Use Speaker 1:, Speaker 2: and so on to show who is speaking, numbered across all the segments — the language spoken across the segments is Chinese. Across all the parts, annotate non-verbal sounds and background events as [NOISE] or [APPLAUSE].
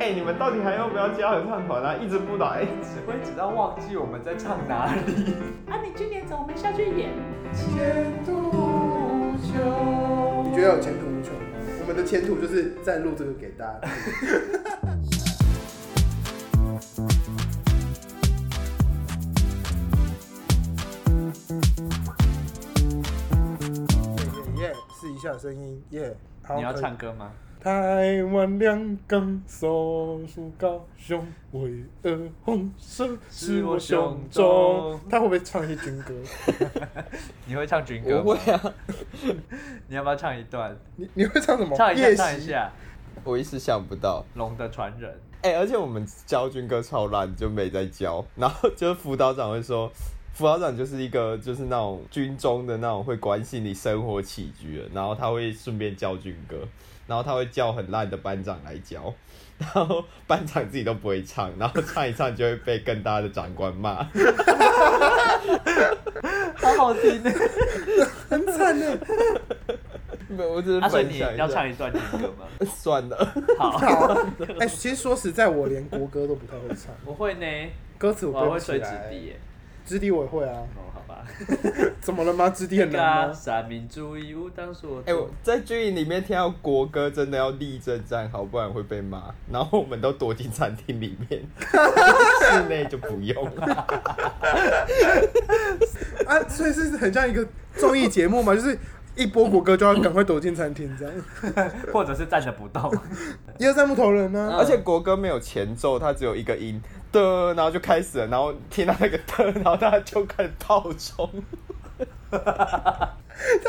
Speaker 1: 哎、你们到底还要不要加合唱团啊？一直不来，
Speaker 2: 只会直到忘记我们在唱哪里。
Speaker 3: 啊，你今年怎么没下去演？
Speaker 2: 前途无
Speaker 4: 你
Speaker 2: 穷。
Speaker 4: 觉得有前途无穷？我们的前途就是在录这个给大家。 [LAUGHS] 耶耶耶！试一下声音，耶、
Speaker 2: [LAUGHS]
Speaker 4: 好，
Speaker 2: 你要
Speaker 4: 可以
Speaker 2: 唱歌吗？
Speaker 4: 台湾两港首府高雄，巍峨红色是我胸中。他会不会唱一些军歌？
Speaker 2: 你会唱军歌
Speaker 5: 我
Speaker 2: 吗
Speaker 5: 会？啊，
Speaker 2: 你要不要唱一段？
Speaker 4: 你你会唱什么？
Speaker 2: 唱一
Speaker 4: 夜
Speaker 2: 下，唱一
Speaker 4: 袭
Speaker 2: 下
Speaker 5: 我一时想不到。
Speaker 2: 《龙的传人
Speaker 5: 哎、而且我们教军歌超烂，就没在教。然后就是辅导长会说，辅导长就是一个就是那种军中的那种会关心你生活起居的，然后他会顺便教军歌，然后他会叫很烂的班长来教，然后班长自己都不会唱，然后唱一唱就会被更大的长官骂。》，
Speaker 2: 好好听呢。
Speaker 4: 很惨欸呢。
Speaker 5: 没有，我只是
Speaker 2: [LAUGHS] 啊，所以
Speaker 5: 分
Speaker 2: 你
Speaker 5: 享一
Speaker 2: 要
Speaker 5: 下。
Speaker 2: 唱一段军歌 [LAUGHS] 吗？
Speaker 5: [LAUGHS] 算了，
Speaker 2: 好，
Speaker 4: 好， [LAUGHS] 哎、其实说实在，我连国歌都不太会唱，
Speaker 2: 我会呢，
Speaker 4: 歌词
Speaker 2: 我
Speaker 4: 我
Speaker 2: 还
Speaker 4: 背
Speaker 2: 会
Speaker 4: 不
Speaker 2: 吹
Speaker 4: 起
Speaker 2: 纸
Speaker 4: 来。
Speaker 2: 笛耶。
Speaker 4: 直笛我也会啊，
Speaker 2: 哦，好吧。
Speaker 4: 怎么了吗？直笛很
Speaker 2: 对啊，
Speaker 4: 难吗？
Speaker 2: 三民主义吾当所
Speaker 5: 哎、我
Speaker 2: 主。
Speaker 5: 在军营里面听到国歌，真的要立正站好，不然会被骂。然后我们都躲进餐厅里面， [LAUGHS] 室内就不用了。
Speaker 4: 啊，所以是很像一个综艺节目嘛，就是一播国歌就要赶快躲进餐厅这样。
Speaker 2: 或者是站着不动。
Speaker 4: 一二三木头人呢、
Speaker 2: 啊
Speaker 5: 而且国歌没有前奏，它只有一个音的，然后就开始了，然后听到那个的，然后大家就开始爆冲。
Speaker 4: 大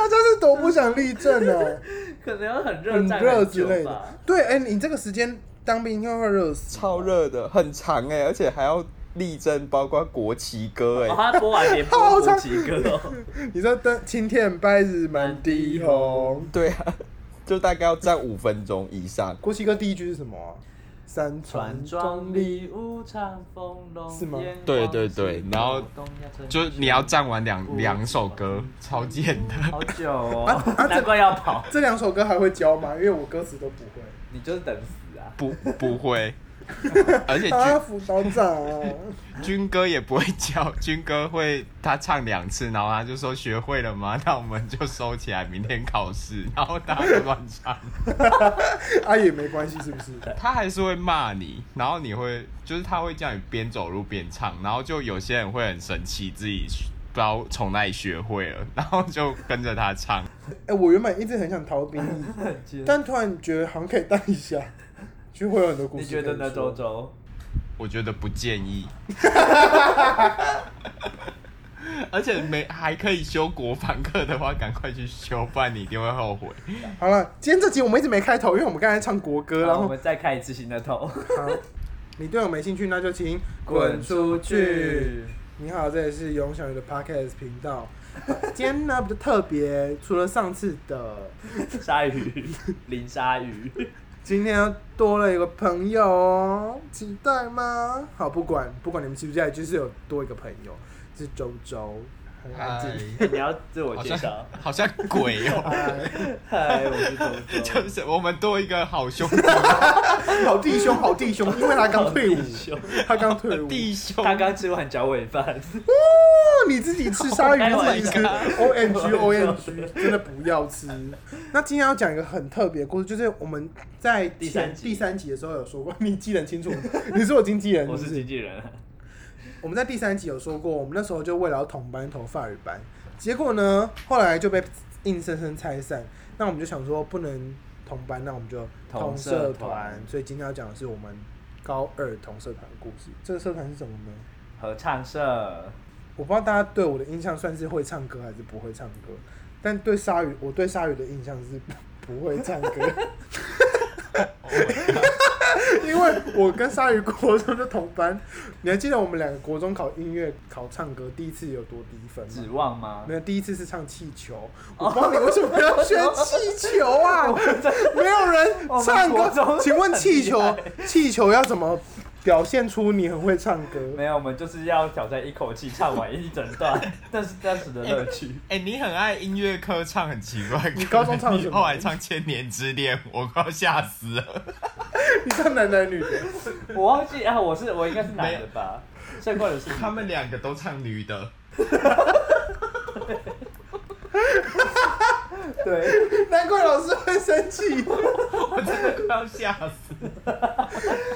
Speaker 4: 家是多不想立正啊，
Speaker 2: [LAUGHS] 可能很 [LAUGHS] 热，
Speaker 4: 很
Speaker 2: 站
Speaker 4: 热
Speaker 2: 很
Speaker 4: 之
Speaker 2: 久
Speaker 4: 类
Speaker 2: 吧
Speaker 4: 的。。对，哎、你这个时间当兵应该会热死。
Speaker 5: 超热的，很长哎、而且还要立正，包括国旗歌哎、
Speaker 2: 哦，他播完连播不及格
Speaker 1: [LAUGHS]
Speaker 2: 哦。
Speaker 4: 你说灯青天白日满地红，
Speaker 5: 对啊，就大概要站五分钟以上。
Speaker 4: 国旗歌第一句是什么啊、山
Speaker 2: 船
Speaker 4: 川
Speaker 2: 庄里无常风龙
Speaker 4: 是吗
Speaker 2: 烟
Speaker 5: 对
Speaker 2: 光
Speaker 5: 对
Speaker 2: 四
Speaker 5: 对
Speaker 2: 野
Speaker 5: 然后
Speaker 2: 东亚春
Speaker 5: 就是你要站完两
Speaker 2: 两
Speaker 5: 两
Speaker 2: 首
Speaker 5: 首
Speaker 2: 歌
Speaker 5: 歌，超贱的。
Speaker 2: 好久 [LAUGHS] 哦，难怪要跑，
Speaker 4: 这两首歌还会教吗？因为我歌词都不会。
Speaker 2: [LAUGHS] 你就是等死啊！
Speaker 5: 不不会，而且
Speaker 4: 啊，
Speaker 5: 军
Speaker 4: 辅导长、啊，
Speaker 5: [LAUGHS] 军歌也不会教，军歌会他唱两次，然后他就说学会了吗？ [LAUGHS] 那我们就收起来，明天考试，然后大家就乱唱。
Speaker 4: 啊也没关系，是不是？
Speaker 5: 他还是会骂你，然后你会就是他会叫你边走路边唱，然后就有些人会很神奇，自己不知道从哪里学会了， [LAUGHS] 然后就跟着他唱。
Speaker 4: 哎、我原本一直很想逃兵役，但突然觉得好像可以当一下，就会有很多故事。
Speaker 2: 你觉得呢，周？周？
Speaker 5: 我觉得不建议。 [LAUGHS] 而且没还可以修国防课的话，赶快去修，不然你一定会后悔。
Speaker 4: 好了，今天这集我们一直没开头，因为我们刚才唱国歌，然
Speaker 2: 然后我
Speaker 4: 后 [LAUGHS]
Speaker 2: 们再开一次新的头，
Speaker 4: 好，你对我没兴趣，那就请
Speaker 2: [LAUGHS] 滚出去！！
Speaker 4: 你好，这里是永小鱼的 Podcast 频道。今天呢比较特别，除了上次的，
Speaker 2: [LAUGHS] 鲨鱼，林鲨鱼， [LAUGHS]
Speaker 4: 今天又多了一个朋友哦，期待吗？好，不管不管你们期不期待，就是有多一个朋友，是周周，很安静。
Speaker 2: 你要自我
Speaker 5: 好
Speaker 2: 介
Speaker 5: 像
Speaker 2: 绍。
Speaker 5: 好像鬼哦、
Speaker 2: 嗨，我是周周，
Speaker 5: [LAUGHS] 就是我们多一个好兄
Speaker 4: 好弟兄，好弟兄，因为他刚退伍
Speaker 2: 好弟兄，
Speaker 4: 他刚退伍。
Speaker 5: 弟兄。
Speaker 2: 他刚吃完脚尾 [LAUGHS] 饭，
Speaker 4: 哦，你自己吃鲨鱼
Speaker 2: Oh my
Speaker 4: 自己吃
Speaker 2: God
Speaker 4: ，O N G O N G，真的不要吃。那今天要讲一个很特别的故事，就是我们在
Speaker 2: 第三
Speaker 4: 前
Speaker 2: 集
Speaker 4: 第三集的时候有说过，你记得很清楚，你是我经纪人，
Speaker 2: 我
Speaker 4: 是
Speaker 2: 是
Speaker 4: 不是
Speaker 2: 经纪人。
Speaker 4: 我们在第三集有说过，我们那时候就为了要同班投法语班，结果呢，后来就被硬生生拆散。那我们就想说，不能同班，那我们就
Speaker 2: 同社
Speaker 4: 社
Speaker 2: 团
Speaker 4: 所以今天要讲的是我们高二同社团的故事。这个社团是什么呢？
Speaker 2: 合唱社，
Speaker 4: 我不知道大家对我的印象算是会唱歌还是不会唱歌，但对鲨鱼，我对鲨鱼的印象是 [LAUGHS] 不不会唱歌，
Speaker 2: Oh
Speaker 4: 因为我跟鲨鱼国中就同班，你还记得我们两个国中考音乐考唱歌第一次有多低分
Speaker 2: 指
Speaker 4: 吗？
Speaker 2: 望吗
Speaker 4: 没？有，第一次是唱气球。
Speaker 2: 哦
Speaker 4: 我不知道你为什么要选气球
Speaker 2: [LAUGHS]
Speaker 4: 啊？没有人
Speaker 2: 我们
Speaker 4: 唱
Speaker 2: 国中
Speaker 4: 歌。请问气球
Speaker 2: 很厉害，
Speaker 4: 气球要怎么表现出你很会唱歌。
Speaker 2: 没有，我们就是要挑战一口气唱完一整 [LAUGHS] 段，但是当时的乐趣。
Speaker 5: 哎、你很爱音乐课，唱很奇怪。
Speaker 4: 你高中唱什么
Speaker 5: 你后来唱《千年之恋》，我快要吓死了。 [LAUGHS]
Speaker 4: 你唱男男女的，
Speaker 2: [LAUGHS] 我忘记啊，我是我应该是男的 [LAUGHS] 吧？最快的是
Speaker 5: 他们两个都唱女的，
Speaker 2: 对，
Speaker 4: 难怪老师会生气。
Speaker 5: 我真的快要吓死。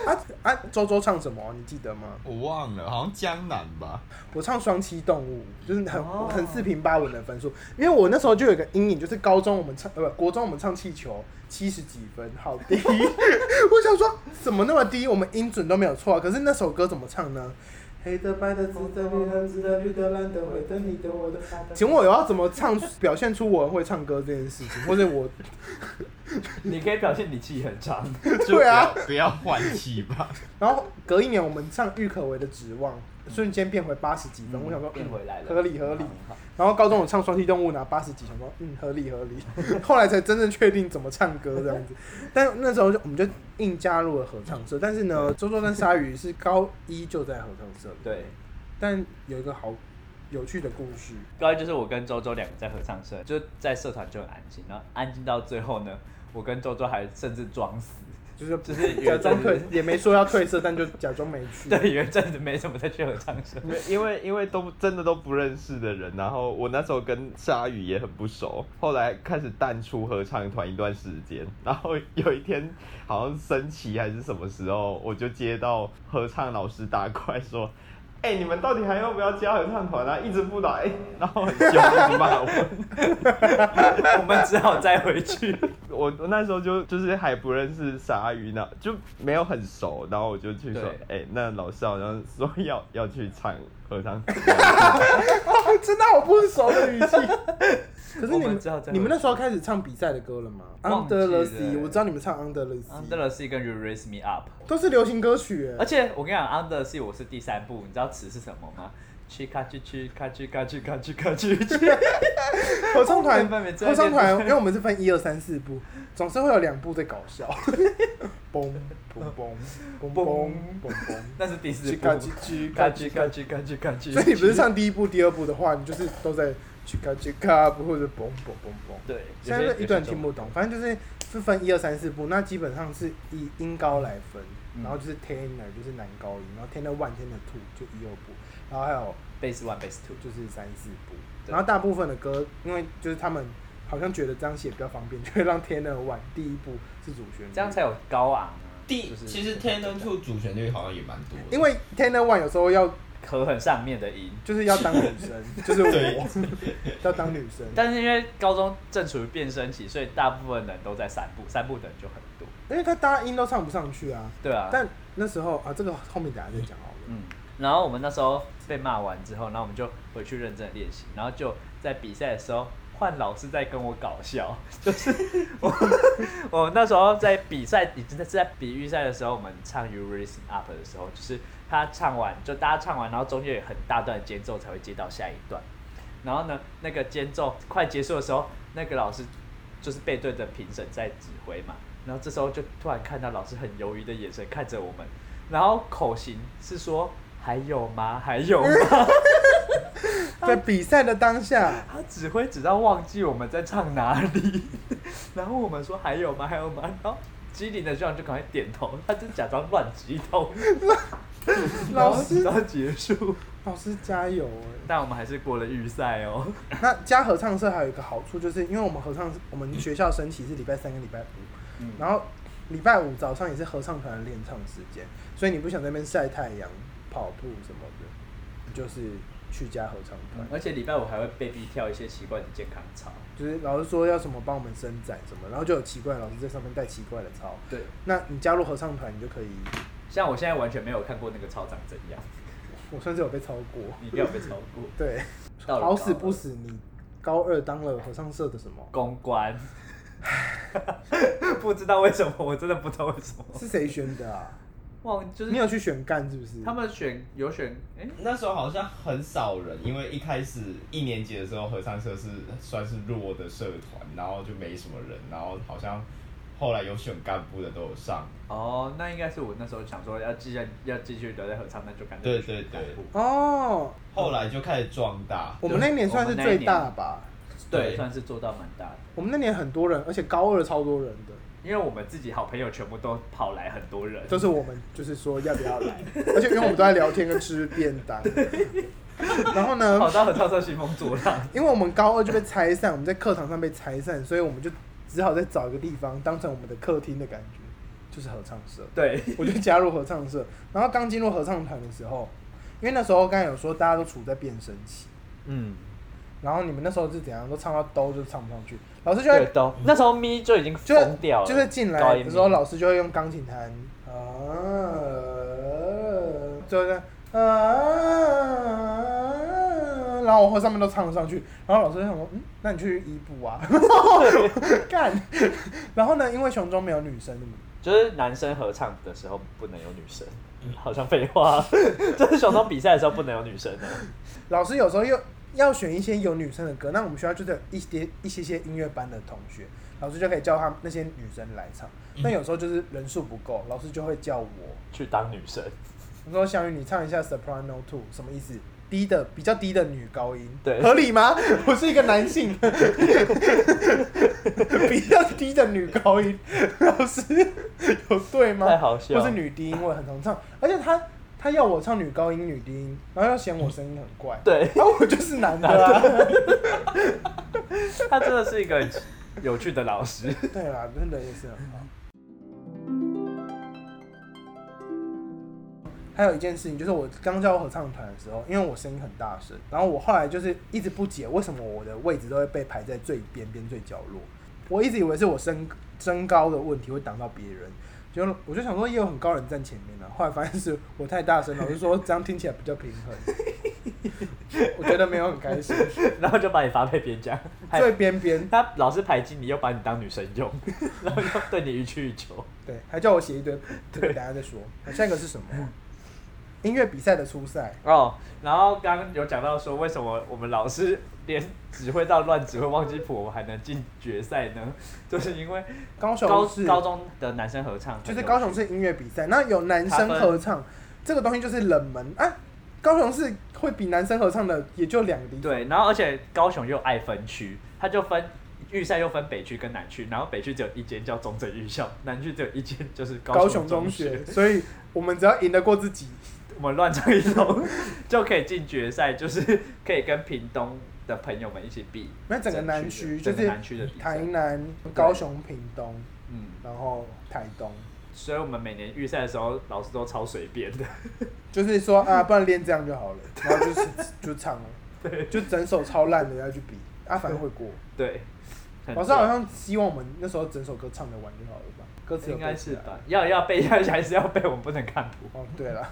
Speaker 4: 啊啊，周周唱什么？你记得吗？
Speaker 5: 我忘了，好像江南 [LAUGHS] 吧。
Speaker 4: 我唱双栖动物，就是很、
Speaker 2: 哦
Speaker 4: 很四平八稳的分数。因为我那时候就有一个阴影，就是高中我们唱呃不国中我们唱气球七十几分，好低。 [LAUGHS] 我想说怎么那么低？我们音准都没有错、啊，可是那首歌怎么唱呢？黑的、白的、紫的、绿的、紫的、绿的、蓝的、灰的、你的、我的。请问我要怎么唱，表现出我会唱歌这件事情，或者我
Speaker 2: [LAUGHS] 你可以表现你气很长，
Speaker 5: 就
Speaker 4: 对啊
Speaker 5: 不要不要换气吧。
Speaker 4: 然后隔一年我们唱郁可唯的《指望》，瞬间变回八十几分。我想说，
Speaker 2: 嗯变回来了，
Speaker 4: 嗯合理合理
Speaker 2: 很。好
Speaker 4: 然后高中我唱双栖动物拿八十几，想说嗯合理合
Speaker 2: [LAUGHS]
Speaker 4: 理。后来才真正确定怎么唱歌这样子。 [LAUGHS] 但那时候就我们就硬加入了合唱社，但是呢，周周跟鲨鱼是高一就在合唱社了。
Speaker 2: 嗯对，
Speaker 4: 但有一个好有趣的故事，
Speaker 2: 高一就是我跟周周两个在合唱社，就在社团就很安静，然后安静到最后呢，我跟周周还甚至装死，
Speaker 4: 就是
Speaker 2: 就是有
Speaker 4: 假
Speaker 2: 一阵
Speaker 4: 装退
Speaker 2: 子，
Speaker 4: 也没说要退社，但就假装没去。
Speaker 2: 对，有一阵子没什么再去合唱
Speaker 5: [LAUGHS]
Speaker 2: 社，
Speaker 5: 因为因为因为都真的都不认识的人，然后我那时候跟鲨鱼也很不熟，后来开始淡出合唱团一段时间，然后有一天好像升旗还是什么时候，我就接到合唱老师打过来说，
Speaker 1: 哎、你们到底还要不要加合唱团啊？一直不来。
Speaker 5: 然后很凶地骂我。 [LAUGHS]
Speaker 2: 我们只好再回 [LAUGHS] 去。
Speaker 5: 我我那时候就就是还不认识鲨鱼呢，就没有很熟，然后我就去说，哎、那老师好像说要要去唱合唱，
Speaker 4: [LAUGHS] 哎真的好不熟的语气。 [LAUGHS] 可是你
Speaker 2: 我
Speaker 4: 们
Speaker 2: 们知道这样
Speaker 4: 你们那时候开始唱比赛的歌了吗
Speaker 2: 忘记
Speaker 4: ？Under
Speaker 2: 了
Speaker 4: the Sea，我知道你们唱 Under the
Speaker 2: Under
Speaker 4: Sea，
Speaker 2: the Sea 跟 You Raise Me Up，
Speaker 4: 都是流行歌曲耶。
Speaker 2: 而且我跟你讲，Under the Sea 我是第三部，你知道词是什么吗？去咔去去咔去咔去咔去咔去去，
Speaker 4: [LAUGHS] 合
Speaker 2: [LAUGHS]
Speaker 4: 唱团，
Speaker 2: 我们每次在
Speaker 4: 合唱团，因为我们是分一二三四部，总是会有两部在搞笑。 [LAUGHS] 嘣嘣嘣嘣嘣嘣
Speaker 2: [LAUGHS] 那是第四
Speaker 4: 嘣，
Speaker 2: 部。
Speaker 4: 嘎叽叽嘎
Speaker 2: 嘎
Speaker 4: 叽
Speaker 2: 吱
Speaker 4: 嘎
Speaker 2: 嘎
Speaker 4: 叽。
Speaker 2: 吱嘎吱嘎吱。
Speaker 4: 所以你不是唱第一部、第二部的话，你就是都在去嘎叽嘎，或者嘣嘣嘣嘣。
Speaker 2: 对，
Speaker 4: 现在是一段听不懂，反正就是是分一二三四部，那基本上是以音高来分，
Speaker 2: 嗯
Speaker 4: 然后就是 tenor 就是男高音，然后 tenor one tenor two 就一二部，然后还有
Speaker 2: bass one bass two，
Speaker 4: 就是三四部，
Speaker 2: 对
Speaker 4: 然后大部分的歌，因为就是他们好像觉得这样写比较方便，就会让 tenor one 第一部是主旋律，
Speaker 2: 这样才有高昂啊。
Speaker 5: 第
Speaker 2: 就是
Speaker 5: 其实 Tenor Two 主旋律好像也蛮多的，
Speaker 4: 因为 tenor one 有时候要
Speaker 2: 和很上面的音，
Speaker 4: 就是要当女
Speaker 2: [LAUGHS]
Speaker 4: 生，就是我要当女生，
Speaker 2: 但是因为高中正处于变声期，所以大部分人都在三部，三部的人就很多。
Speaker 4: 因为他大家音都唱不上去啊，
Speaker 2: 对啊，
Speaker 4: 但那时候啊，这个后面等下再讲好了。
Speaker 2: [LAUGHS] 嗯，然后我们那时候被骂完之后，然后我们就回去认真地练习，然后就在比赛的时候换老师在跟我搞笑，就是我 [LAUGHS] 我那时候在比赛已经在是在比预赛的时候，我们唱《You Raise Me Up》的时候，就是他唱完就大家唱完，然后中间有很大段的间奏才会接到下一段，然后呢那个间奏快结束的时候，那个老师就是背对着评审在指挥嘛，然后这时候就突然看到老师很犹豫的眼神看着我们，然后口型是说还有吗？还有 [LAUGHS] 吗？
Speaker 4: 在比赛的当下，
Speaker 2: 他指挥指到忘记我们在唱哪里， [LAUGHS] 然后我们说还有吗？还有吗？然后机灵的学长就赶快点头，他就假装乱激 [LAUGHS] 动，然
Speaker 4: 老
Speaker 2: 后
Speaker 4: 师
Speaker 2: 直到结束，
Speaker 4: 老师加油哎！
Speaker 2: 但我们还是过了预赛哦。
Speaker 4: 那加合唱社还有一个好处，就是因为我们合唱，我们学校升旗是礼拜三跟礼拜五，
Speaker 2: 嗯
Speaker 4: 然后礼拜五早上也是合唱团的练唱时间，所以你不想在那边晒太阳、跑步什么的，你就是去加合唱团。
Speaker 2: 嗯而且礼拜五还会被逼跳一些奇怪的健康操。
Speaker 4: 就是老师说要什么帮我们伸展什么，然后就有奇怪的老师在上面带奇怪的操。
Speaker 2: 对，
Speaker 4: 那你加入合唱团，你就可以，
Speaker 2: 像我现在完全没有看过那个操长怎 [LAUGHS] 样，
Speaker 4: 我算是有被超过。
Speaker 2: 你一定要被超过。
Speaker 4: 对，
Speaker 2: 到了
Speaker 4: 好死不
Speaker 2: 高二
Speaker 4: 死你高二当了合唱社的什么？
Speaker 2: 公关， [LAUGHS] 不知道为什么，我真的不知道为什么。
Speaker 4: 是谁选的啊？
Speaker 2: 哇，就是
Speaker 4: 你有去选干是不是？
Speaker 2: 他们选有选，哎、
Speaker 5: 那时候好像很少人，因为一开始一年级的时候，合唱社是算是弱的社团，然后就没什么人，然后好像后来有选干部的都有上，
Speaker 2: 哦，那应该是我那时候想说要继续要继续留在合唱，那就干脆
Speaker 5: 对
Speaker 2: 去
Speaker 5: 对
Speaker 2: 干
Speaker 5: 对
Speaker 2: 部
Speaker 4: 哦，
Speaker 5: 后来就开始壮大。
Speaker 4: 我们那年算是最大吧。
Speaker 2: 对，
Speaker 5: 对
Speaker 2: 算是做到蛮大的。
Speaker 4: 我们那年很多人，而且高二超多人的，
Speaker 2: 因为我们自己好朋友全部都跑来很多人，
Speaker 4: 就是我们就是说要不要来， [LAUGHS] 而且因为我们都在聊天跟吃便当，然后
Speaker 2: [LAUGHS]
Speaker 4: 呢，
Speaker 2: 跑到合唱社兴风作浪。
Speaker 4: 因为我们高二就被拆散，我们在课堂上被拆散，所以我们就只好再找一个地方当成我们的客厅的感觉，就是合唱社。
Speaker 2: [LAUGHS] 对，
Speaker 4: 我就加入合唱社，然后刚进入合唱团的时候，因为那时候刚才有说大家都处在变声期，
Speaker 2: 嗯，
Speaker 4: 然后你们那时候是怎样都唱到兜就唱不上去，老师就
Speaker 2: 对
Speaker 4: 会，
Speaker 2: 都那时候咪就已经
Speaker 4: 就会
Speaker 2: 疯掉了，
Speaker 4: 就是进
Speaker 2: 高
Speaker 4: 来
Speaker 2: 音
Speaker 4: 的
Speaker 2: 咪
Speaker 4: 时
Speaker 2: [LAUGHS]
Speaker 4: 候，老师就会用钢琴弹啊，就是啊，然后我和上面都唱不上去，然后老师就想说，嗯，那你去医补啊， [LAUGHS] 干，然后呢，因为雄中没有女生，
Speaker 2: [LAUGHS] 就是男生合唱的时候不能有女生，好像废话， [LAUGHS] 就是小中比赛的时候不能有女生的。
Speaker 4: 老师有时候又要选一些有女生的歌，那我们学校就是有一些一些些音乐班的同学，老师就可以叫他们那些女生来唱。
Speaker 2: 嗯
Speaker 4: 但有时候就是人数不够，老师就会叫我，
Speaker 2: 去当女生，
Speaker 4: 我说小雨你唱一下 soprano two 什么意思？低的比较低的女高音，
Speaker 2: 对
Speaker 4: 合理吗？我是一个
Speaker 2: [LAUGHS]
Speaker 4: 男性，比较低的女高音，老师有对吗？
Speaker 2: 太好笑
Speaker 4: 或是女低音我也很常唱，而且他他要我唱女高音、女低音，然后要嫌我声音很怪，
Speaker 2: 对
Speaker 4: 然后我就是男的啊。
Speaker 2: [LAUGHS] 他真的是一个有趣的老师。
Speaker 4: [LAUGHS]
Speaker 2: [LAUGHS]
Speaker 4: 对啦，真的也是很好。还有一件事情，就是我刚加入合唱团的时候，因为我声音很大声，然后我后来就是一直不解为什么我的位置都会被排在最边边最角落。我一直以为是我身身高的问题会挡到别人，结果我就想说也有很高人站前面啊了、后来发现是我太大声了，我就说这样听起来比较平衡。 [LAUGHS] 我觉得没有很开心，
Speaker 2: 然后就把你发配边疆，还
Speaker 4: 最边边
Speaker 2: 他老是排挤你，又把你当女生用， [LAUGHS] 然后又对你予取予求。
Speaker 4: 对，还叫我写一堆谱，这个等下再说。好下一个是什么？
Speaker 2: [LAUGHS]
Speaker 4: 音乐比赛的初赛，
Speaker 2: 哦，然后刚刚有讲到说，为什么我们老师连指挥到乱指挥忘记谱，我们还能进决赛呢？ [LAUGHS] 就是因为
Speaker 4: 高
Speaker 2: 高
Speaker 4: 雄是
Speaker 2: 高中的男生合唱，
Speaker 4: 就是高雄市音乐比赛，那有男生
Speaker 2: 他分
Speaker 4: 合唱，这个东西就是冷门啊。高雄市会比男生合唱的也就两个地方，
Speaker 2: 对，然后而且高雄又爱分区，它就分预赛又分北区跟南区，然后北区只有一间叫中正预校，南区只有一间就是
Speaker 4: 高
Speaker 2: 雄
Speaker 4: 雄中
Speaker 2: 学。
Speaker 4: 学，所以我们只要赢得过自己，
Speaker 2: 我们乱唱一通就可以进决赛，就是可以跟屏东的朋友们一起比。
Speaker 4: 那整个南区
Speaker 2: 区
Speaker 4: 就
Speaker 2: 整个
Speaker 4: 是
Speaker 2: 南区的比赛
Speaker 4: 台，南、高雄、屏东，
Speaker 2: 嗯，
Speaker 4: 然后台东，
Speaker 2: 所以我们每年预赛的时候，老师都超随便的。
Speaker 4: 就是说啊，不然练这样就好了，然后就是就 [LAUGHS] 唱了，对，就整首超烂的要去比，啊，反正会过。
Speaker 2: 对，很
Speaker 4: 老师好像希望我们那时候整首歌唱得完就好了吧？歌词有
Speaker 2: 应
Speaker 4: 背
Speaker 2: 该
Speaker 4: 起
Speaker 2: 是
Speaker 4: 来
Speaker 2: 吧？要要背，要还是要背？我们不能看谱。
Speaker 4: 哦，对了，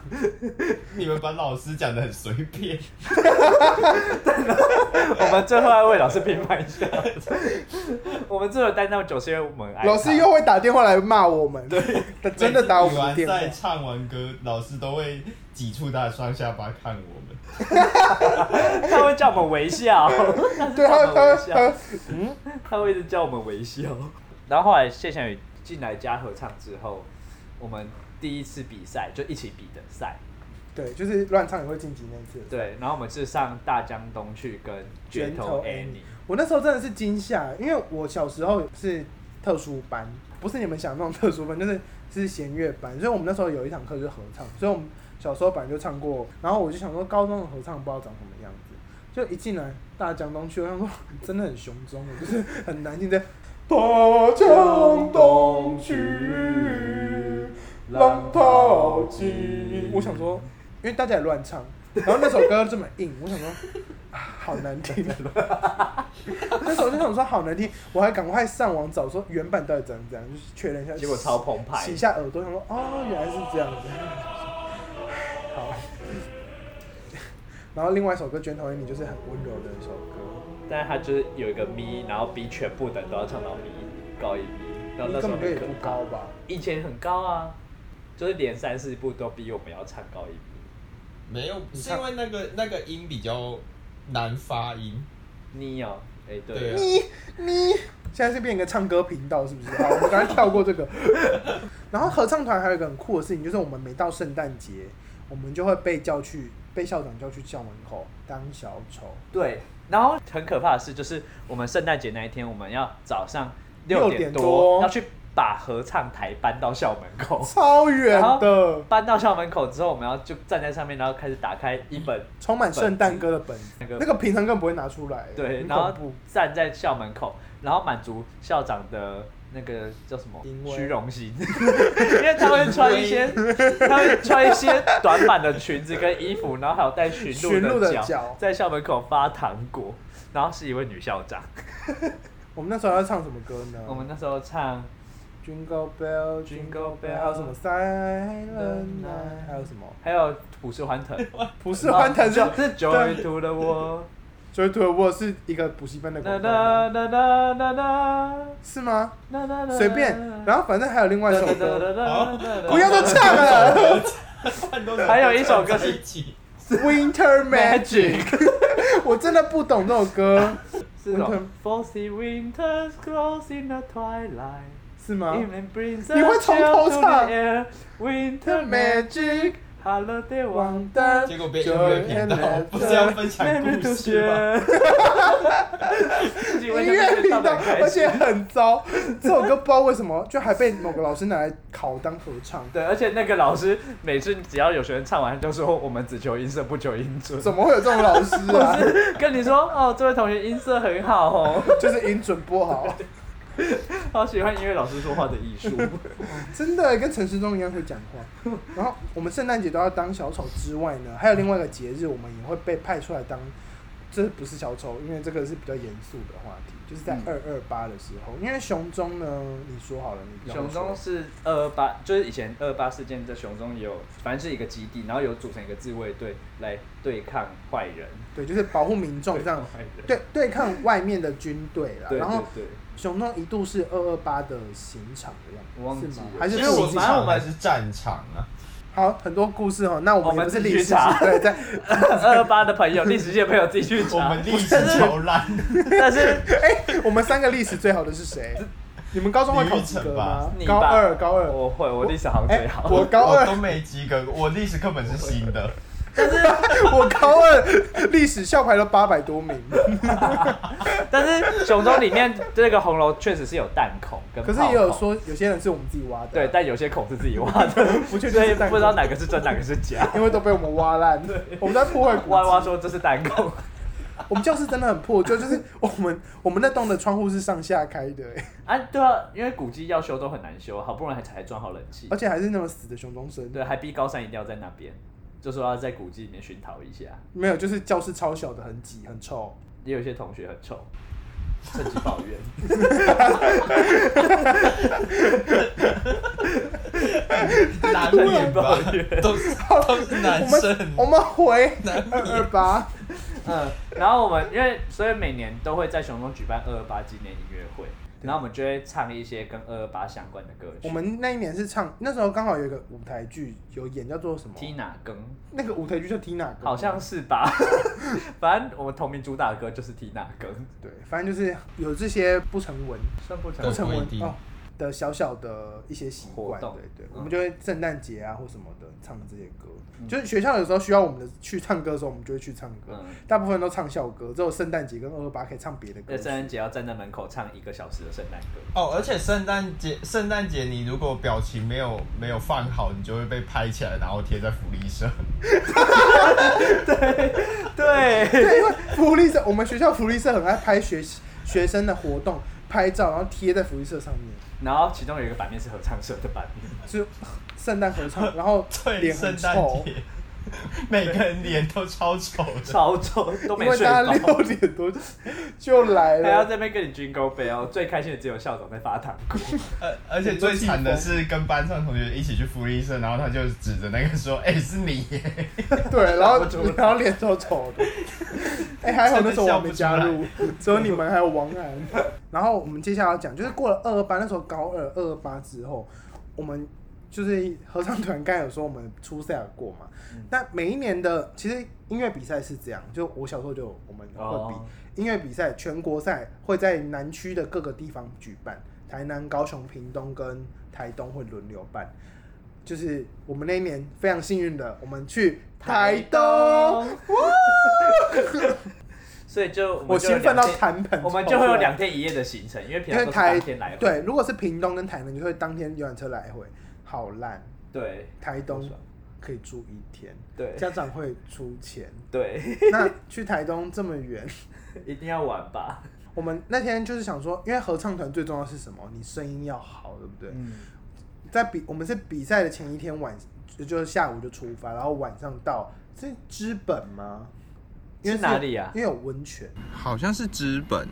Speaker 5: 你们 [LAUGHS] 把老师讲的很随便，
Speaker 2: 我们最后要为老师平反一下。我们最后待那么久是因为我们爱
Speaker 4: 老师
Speaker 2: 他
Speaker 4: 又会打电话来骂我们，他 [LAUGHS] 真的打我们
Speaker 5: 每
Speaker 4: 的
Speaker 5: 次比
Speaker 4: 电
Speaker 5: 完赛
Speaker 4: 话。
Speaker 5: 唱完歌，老师都会挤出他的双下巴看我们。
Speaker 2: 他会叫我们微笑，
Speaker 4: 对，他
Speaker 2: 他
Speaker 4: 会
Speaker 2: 会
Speaker 4: 他
Speaker 2: 叫我们微
Speaker 4: 会他
Speaker 2: [LAUGHS] 笑
Speaker 4: 会，
Speaker 2: 他会一直叫我们微笑。然后后来谢翔宇进来加合唱之后，我们第一次比赛就一起比的赛，
Speaker 4: 对，就是乱唱也会晋级那一次。
Speaker 2: 对，然后我们是上大江东去跟
Speaker 4: 卷
Speaker 2: 卷
Speaker 4: 头
Speaker 2: 头
Speaker 4: Annie
Speaker 2: Annie，
Speaker 4: 我那时候真的是惊吓，因为我小时候是特殊班，不是你们想的那种特殊班，就是是弦乐班，所以我们那时候有一堂课就是合唱，所以我们小时候本来就唱过，然后我就想说高中的合唱不知道长什么样子，就一进来大江东去，我想说真的很雄中，就是很难听的。大江东去，浪淘尽。我想说，因为大家也乱唱，然后那首歌这么硬，我想说，啊好
Speaker 2: [LAUGHS]
Speaker 4: 难听。那时候就想说好难听，我还赶快上网找说原版到底怎样怎样，就是确认一下。
Speaker 2: 结果超澎湃
Speaker 4: 洗一下耳朵，想说哦，原来是这样子。好。然后另外一首歌《卷头音》，你就是很温柔的一首歌，
Speaker 2: 但是他就是有一个咪，然后比全部的人都要唱到咪高一咪，然后
Speaker 4: 你
Speaker 2: 那时
Speaker 4: 根
Speaker 2: 候
Speaker 4: 本就也
Speaker 2: 很可
Speaker 4: 不
Speaker 2: 怕
Speaker 4: 高，吧？
Speaker 2: 以前很高啊，就是连三四部都逼我们要唱高一咪。
Speaker 5: 没有，
Speaker 4: 你
Speaker 5: 是
Speaker 4: 看
Speaker 5: 因为那个那个音比较难发音。 [LAUGHS]
Speaker 2: 你哦，哎、对，
Speaker 5: 对啊
Speaker 4: 你你现在是变一个唱歌频道，是不是？好，我们刚才跳过这个。 [LAUGHS] 然后合唱团还有一个很酷的事情，就是我们每到圣诞节，我们就会被叫去，被校长叫去校门口当小丑。
Speaker 2: 对，然后很可怕的是，就是我们圣诞节那一天，我们要早上
Speaker 4: 六
Speaker 2: 点
Speaker 4: 点多
Speaker 2: 要去把合唱台搬到校门口，
Speaker 4: [LAUGHS] 超远的，
Speaker 2: 搬到校门口之后，我们要就站在上面，然后开始打开一
Speaker 4: [LAUGHS]
Speaker 2: 本
Speaker 4: 充满圣诞歌的本子，
Speaker 2: 那个
Speaker 4: 那个平常更不会拿出来，
Speaker 2: 对，
Speaker 4: 很
Speaker 2: 然后
Speaker 4: 恐怖。
Speaker 2: 站在校门口，然后满足校长的那个叫什么
Speaker 4: 因为
Speaker 2: 虚荣心， [LAUGHS] 因为他会穿一
Speaker 4: [LAUGHS]
Speaker 2: 些，他会穿一些短版的裙子跟衣服，然后还有带驯
Speaker 4: 驯
Speaker 2: 鹿
Speaker 4: 鹿的
Speaker 2: 脚
Speaker 4: 脚，
Speaker 2: 在校门口发糖果，然后是一位女校长。
Speaker 4: 我们那时候要唱什么歌呢？
Speaker 2: 我们那时候唱
Speaker 4: Jingle Bell
Speaker 2: Jingle Bell
Speaker 4: 还有什么 Silent Night，还有什么
Speaker 2: 还有普世欢
Speaker 4: [LAUGHS]
Speaker 2: 腾，
Speaker 4: 普世欢腾
Speaker 2: 就
Speaker 4: 就是
Speaker 2: Joy to the
Speaker 4: [LAUGHS]
Speaker 2: World，
Speaker 4: Joy to the World 是一个补习班的
Speaker 2: 哒
Speaker 4: 广告
Speaker 2: 哒
Speaker 4: 吗
Speaker 2: 哒哒哒哒
Speaker 4: 是吗？
Speaker 2: 哒哒哒，
Speaker 4: 随便，然后反正还有另外一首歌，不要再
Speaker 2: 唱。
Speaker 4: 唱
Speaker 5: [LAUGHS]
Speaker 4: 了
Speaker 2: 还有一首歌是
Speaker 4: ，Winter Magic，我真的不懂这首歌，
Speaker 2: [LAUGHS] 是什么
Speaker 4: Winter-
Speaker 2: Frosty winters close in the twilight,
Speaker 4: 是吗？
Speaker 2: evening brings
Speaker 4: 啊你会
Speaker 2: a
Speaker 4: 从
Speaker 2: chill
Speaker 4: 头
Speaker 2: to
Speaker 4: 唱
Speaker 2: the air. Winter magic, holiday wonder,
Speaker 4: 结
Speaker 5: 结果被音乐频道不是要分享
Speaker 2: merry
Speaker 5: 故
Speaker 2: to
Speaker 5: 事吗？
Speaker 4: [LAUGHS]
Speaker 2: share。音
Speaker 4: 音乐频道，而且很糟。这首歌不知道为什么，就还被某个老师拿来考当合唱，
Speaker 2: 对，而且那个老师每次只要有学生唱完，就说我们只求音色不求音准。 [LAUGHS]
Speaker 4: 怎么会有这种老师
Speaker 5: [LAUGHS]
Speaker 4: 啊？
Speaker 2: 跟你说哦，这位同学音色很好哦， [LAUGHS]
Speaker 4: 就是音准不好，
Speaker 2: 好喜欢音乐老师说话的艺
Speaker 4: [LAUGHS]
Speaker 2: 术。
Speaker 4: 真的跟陈时中一样会讲话。 [LAUGHS] 然后我们圣诞节都要当小丑之外呢，还有另外一个节日，我们也会被派出来当。这不是小丑，因为这个是比较严肃的话题，就是
Speaker 2: 嗯
Speaker 4: 在二二八的时候，因为熊中呢，你说好了，你不要
Speaker 2: 熊
Speaker 4: 说
Speaker 2: 中是二二八，就是以前二二八事件在熊中也有，反正是一个基地，然后有组成一个自卫队来对抗坏人，
Speaker 4: 对，就是保护民众这样
Speaker 2: 对，坏人。
Speaker 4: 对对抗外面的军队啦，
Speaker 2: 对
Speaker 4: 然后
Speaker 2: 对对
Speaker 4: 熊中一度是二二八的刑场的样子，
Speaker 2: 我忘记
Speaker 4: 是吗
Speaker 2: 了
Speaker 4: 还是
Speaker 2: 因为我
Speaker 4: 复兴
Speaker 2: 反正我们
Speaker 5: 是战场啊，
Speaker 4: 好很多故事哦。那我
Speaker 2: 我
Speaker 4: 们
Speaker 2: 们
Speaker 4: 也不
Speaker 2: 自
Speaker 4: 是
Speaker 2: 己
Speaker 4: 历
Speaker 2: 去
Speaker 4: 史
Speaker 2: 查
Speaker 4: 对在
Speaker 2: [LAUGHS] 二二八的朋友，历史界朋友自己去
Speaker 4: [LAUGHS]
Speaker 5: 我
Speaker 2: 查
Speaker 5: 们。历史超烂，
Speaker 2: 但是
Speaker 4: 哎，我们三个历史最好的是谁？你们高中会考及格吗
Speaker 2: 你？
Speaker 4: 高
Speaker 2: 吧
Speaker 4: 二，高二，
Speaker 2: 我会，我历史好像最
Speaker 4: 哎
Speaker 2: 好，。
Speaker 4: 我高
Speaker 5: 我
Speaker 4: 二
Speaker 5: 哦
Speaker 2: [LAUGHS]
Speaker 5: 都，没及格，我历史课本是新的，
Speaker 4: 我高二历史校排了八
Speaker 2: [LAUGHS]
Speaker 4: 百多名，
Speaker 2: 但是熊中里面这个红楼确实是有弹孔跟
Speaker 4: 可是
Speaker 2: 炮
Speaker 4: 也有
Speaker 2: 孔
Speaker 4: 说有些人是我们自己挖的，
Speaker 2: 对，，但啊有些孔是自己挖的，
Speaker 4: 不确定
Speaker 2: 所以
Speaker 4: 是弹孔
Speaker 2: 不知道哪个是真哪个是 [LAUGHS] 假。
Speaker 4: 因为都被我们挖烂，我们在破坏古迹
Speaker 2: 歪歪说这是弹孔，
Speaker 4: 我们教室真的很破旧，就是我们我们那栋的窗户是上下开的、哎
Speaker 2: 啊，对啊，因为古迹要修都很难修，好不容易还才装好冷气
Speaker 4: 而，且还是那么死的熊中生，
Speaker 2: 对，还啊逼高三一定要在那边，就说要在古迹里面熏陶一下。
Speaker 4: 没有，就是教室超小的，很挤，很
Speaker 2: [LAUGHS]
Speaker 4: 臭。
Speaker 2: 也有一些同学很 [LAUGHS] 臭，趁机抱怨。
Speaker 5: 男
Speaker 2: 突然
Speaker 5: 女吧
Speaker 2: 抱怨，
Speaker 5: 都是都是
Speaker 4: 我
Speaker 5: 男
Speaker 4: 们
Speaker 5: 生。
Speaker 4: 我们回二二八，
Speaker 2: 嗯，然后我们因为所以每年都会在熊中举办二二八纪念音乐会，然后我们就会唱一些跟二二八相关的歌曲。
Speaker 4: 我们那一年是唱，那时候刚好有一个舞台剧有演，叫做什么？
Speaker 2: Tina 跟
Speaker 4: 那个舞台剧叫 Tina 歌，
Speaker 2: 好像是吧， [LAUGHS] 反正我们同名主打歌就是 Tina 跟，
Speaker 4: 对，反正就是有这些不成文
Speaker 2: 算不成
Speaker 4: 不成
Speaker 5: 不
Speaker 4: 文
Speaker 5: 一定
Speaker 4: 哦的小小的一些习
Speaker 2: 活
Speaker 4: 惯，
Speaker 2: 动
Speaker 4: 对对，
Speaker 2: 嗯
Speaker 4: 我们就会圣诞节啊或什么的唱这些歌，就是学校有时候需要我们的去唱歌的时候，我们就会去唱歌，
Speaker 2: 嗯
Speaker 4: 大部分都唱校歌，只有圣诞节跟二二八可以唱别的歌
Speaker 2: 在
Speaker 4: 曲
Speaker 2: 圣诞节要站在门口唱一个小时的圣诞歌。
Speaker 5: 哦，而且圣诞节，圣诞节你如果表情没有没有放好，你就会被拍起来，然后贴在福利社。
Speaker 2: 对，
Speaker 4: 对，因为福利社，我们学校福利社很爱拍学学生的活动拍照，然后贴在福利社上面，
Speaker 2: 然后其中有一个版面是合唱社的版面，
Speaker 4: 就圣诞合唱，然后
Speaker 5: 对，
Speaker 4: 脸很
Speaker 5: 圣诞
Speaker 4: 臭，
Speaker 5: 节，每个人脸都超丑的。
Speaker 2: 超丑，都
Speaker 4: 因
Speaker 2: 没
Speaker 4: 为
Speaker 2: 睡
Speaker 4: 大
Speaker 2: 饱
Speaker 4: 家。六点多就就来
Speaker 2: 还要
Speaker 4: 了。
Speaker 2: 在那边跟你 Jingle Bell，最哦开心的只有校长在发糖果。
Speaker 5: 而呃而且最惨的是跟班上同学一起去福利社，然后他就指着那个说：“哎、是你耶
Speaker 4: [LAUGHS]
Speaker 5: [LAUGHS]
Speaker 2: [LAUGHS]
Speaker 4: 对，然后
Speaker 2: 忍不住了
Speaker 4: 然后脸超
Speaker 2: [LAUGHS]
Speaker 4: 丑的。哎、还好那时候我还没加
Speaker 5: 真
Speaker 4: 入，只有你们还有王安。然后我们接下来要讲，就是过了二二八，那时候高二二二八之后，我们就是合唱团刚才有说我们初赛有过嘛，
Speaker 2: 嗯
Speaker 4: 那每一年的其实音乐比赛是这样，就我小时候就有我们会比
Speaker 2: 哦
Speaker 4: 音乐比赛，全国赛会在南区的各个地方举办，台南、高雄、屏东跟台东会轮流办。就是我们那一年非常幸运的，我们去台东，
Speaker 2: 所以就们
Speaker 4: 我
Speaker 2: 就有
Speaker 4: 兴奋到
Speaker 2: 两天
Speaker 4: 弹盆，
Speaker 2: 我们就会有两天一夜的行程，因为平
Speaker 4: 因
Speaker 2: 常
Speaker 4: 为
Speaker 2: 都是
Speaker 4: 台
Speaker 2: 当天来回。
Speaker 4: 对，如果是屏东跟台南，就会当天游览车来回，好烂。
Speaker 2: 对
Speaker 4: 台
Speaker 2: 好
Speaker 4: 东
Speaker 2: 爽
Speaker 4: 可以住一天，
Speaker 2: 对
Speaker 4: 家长会出
Speaker 2: [LAUGHS]
Speaker 4: 钱。
Speaker 2: 对，
Speaker 4: 那去台东这么远，
Speaker 2: 一定要玩吧？
Speaker 4: 我们那天就是想说，因为合唱团最重要是什么？你声音要好，对不对？
Speaker 2: [LAUGHS] 嗯，
Speaker 4: 在比我们是比赛的前一天晚，就就是下午就出发，然后晚上到是知本吗？因为
Speaker 2: 是哪里啊
Speaker 4: 因为有温泉，
Speaker 5: [LAUGHS] 好像是资本，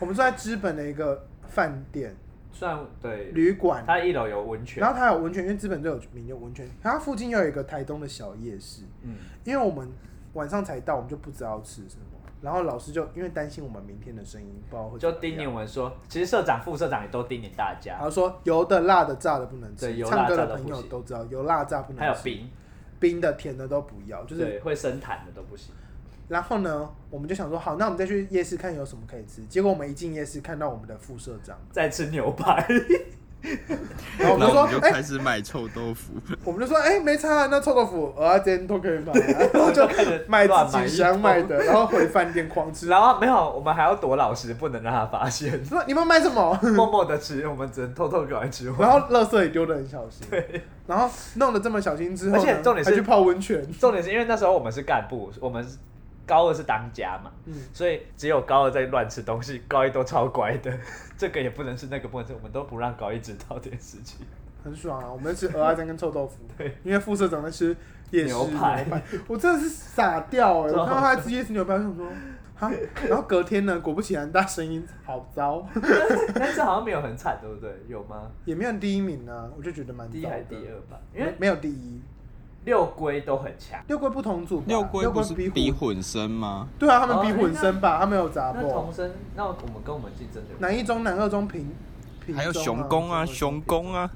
Speaker 4: 我们住在知本的一个饭店
Speaker 2: 算对，
Speaker 4: 旅馆，
Speaker 2: 它一楼有温泉
Speaker 4: 然，后它有温泉，因为资本最有名就温泉。它附近又有一个台东的小夜市，
Speaker 2: 嗯，
Speaker 4: 因为我们晚上才到，我们就不知道吃什么。然后老师就因为担心我们明天的声音，不知道会
Speaker 2: 就
Speaker 4: 怎么
Speaker 2: 叮
Speaker 4: 样
Speaker 2: 咛我们说，其实社长、副社长也都叮咛大
Speaker 4: 然
Speaker 2: 家，
Speaker 4: 后说油的、辣的、炸的不能
Speaker 2: 对
Speaker 4: 吃，
Speaker 2: 油
Speaker 4: 唱
Speaker 2: 辣
Speaker 4: 歌
Speaker 2: 炸
Speaker 4: 的
Speaker 2: 的
Speaker 4: 朋
Speaker 2: 不
Speaker 4: 友
Speaker 2: 行
Speaker 4: 都知道，油辣炸不能吃，
Speaker 2: 还有冰，
Speaker 4: 冰的、甜的都不要。就是，
Speaker 2: 对，会生痰的都不行。
Speaker 4: 然后呢，我们就想说，好，那我们再去夜市看有什么可以吃。结果我们一进夜市，看到我们的副社
Speaker 2: [LAUGHS]
Speaker 4: 长，
Speaker 2: 再吃牛排，
Speaker 4: 然后我们就说，哎、
Speaker 5: 始买臭豆腐。
Speaker 4: 我们就说，哎、没差、啊，那臭豆腐、蚵仔煎都可以买、啊，然后就
Speaker 2: 开始
Speaker 4: 买
Speaker 2: 乱
Speaker 4: 自
Speaker 2: 买
Speaker 4: 己
Speaker 2: 一
Speaker 4: 想
Speaker 2: 通
Speaker 4: 买的，然后回饭店狂吃。，
Speaker 2: [LAUGHS] 然后没有，我们还要躲老师，不能让他发现
Speaker 4: 说你们卖
Speaker 2: [LAUGHS]
Speaker 4: 什么？
Speaker 2: 默默的吃，我们只能偷偷赶快吃完。
Speaker 4: 然后垃圾也丢得很小心，然后弄得这么小心之后呢，
Speaker 2: 而且重点是
Speaker 4: 还去泡温泉，
Speaker 2: [LAUGHS] 重点是因为那时候我们是干部，我们是高二是当家嘛，
Speaker 4: 嗯
Speaker 2: 所以只有高二在乱吃东西，高一都超乖的，这个也不能吃，那个不能吃，我们都不让高一知道这件事情。
Speaker 4: 很爽啊！我们吃鹅阿珍跟臭豆
Speaker 2: [LAUGHS]
Speaker 4: 腐，因为副社长在吃夜市
Speaker 2: 牛
Speaker 4: 牛
Speaker 2: 排
Speaker 4: 排，我真的是傻掉
Speaker 2: [LAUGHS]
Speaker 4: 哎、
Speaker 2: 超好
Speaker 4: 我看到他在吃夜市牛排，我想说。哈，然后隔天呢，果不其然，大声音好糟， [LAUGHS]
Speaker 2: 但是好像没有很惨，对不对？有吗？
Speaker 4: 也没有第一名呢，我就觉得蛮
Speaker 2: 第一
Speaker 4: 糟
Speaker 2: 还
Speaker 4: 的
Speaker 2: 是。第二吧？因
Speaker 4: 没
Speaker 2: 为
Speaker 4: 没有第一，
Speaker 2: 六龟都很强，
Speaker 4: 六龟不同组吧，
Speaker 5: 六龟不是
Speaker 4: 逼
Speaker 5: 比
Speaker 4: 混，
Speaker 5: 混声吗？
Speaker 4: 对啊，他
Speaker 2: 哦
Speaker 4: 们逼混声吧，他们有杂
Speaker 2: 那同
Speaker 4: 破，
Speaker 2: 生，那我们跟我们竞争的
Speaker 4: 南一中、南二中平，平
Speaker 5: 还有
Speaker 4: 中
Speaker 5: 熊公啊，熊，公啊，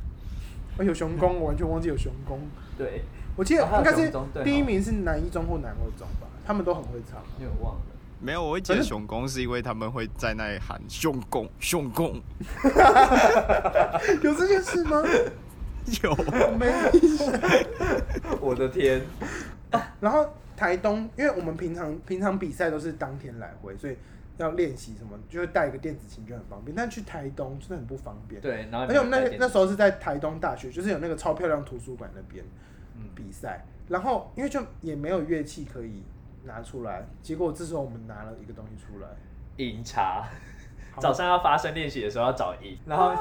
Speaker 4: 哎有熊公，我完全忘记有熊公。
Speaker 2: 对，
Speaker 4: 我记得
Speaker 2: 哦还有
Speaker 4: 应该是
Speaker 2: 熊中对
Speaker 4: 第一
Speaker 2: 哦
Speaker 4: 名是南一中或南二中吧，他们都很会唱。
Speaker 2: 因为我忘了。
Speaker 5: 没有，我会记得熊公是因为他们会在那里喊熊公熊公，
Speaker 4: 有这件事吗？
Speaker 5: 有
Speaker 4: 没有。
Speaker 2: [LAUGHS] 我的天，
Speaker 4: 然后台东，因为我们平常平常比赛都是当天来回，所以要练习什么，就会带一个电子琴就很方便。但去台东真的很不方便。。
Speaker 2: 对，然后
Speaker 4: 而且我们那
Speaker 2: 你
Speaker 4: 那时候是在台东大学，就是有那个超漂亮图书馆那边
Speaker 2: 嗯
Speaker 4: 比赛，然后因为就也没有乐器可以拿出来，结果这时候我们拿了一个东西出来，
Speaker 2: 饮茶，
Speaker 4: 好
Speaker 2: 早上要发声练习的时候要找饮，
Speaker 5: 啊
Speaker 2: 然后、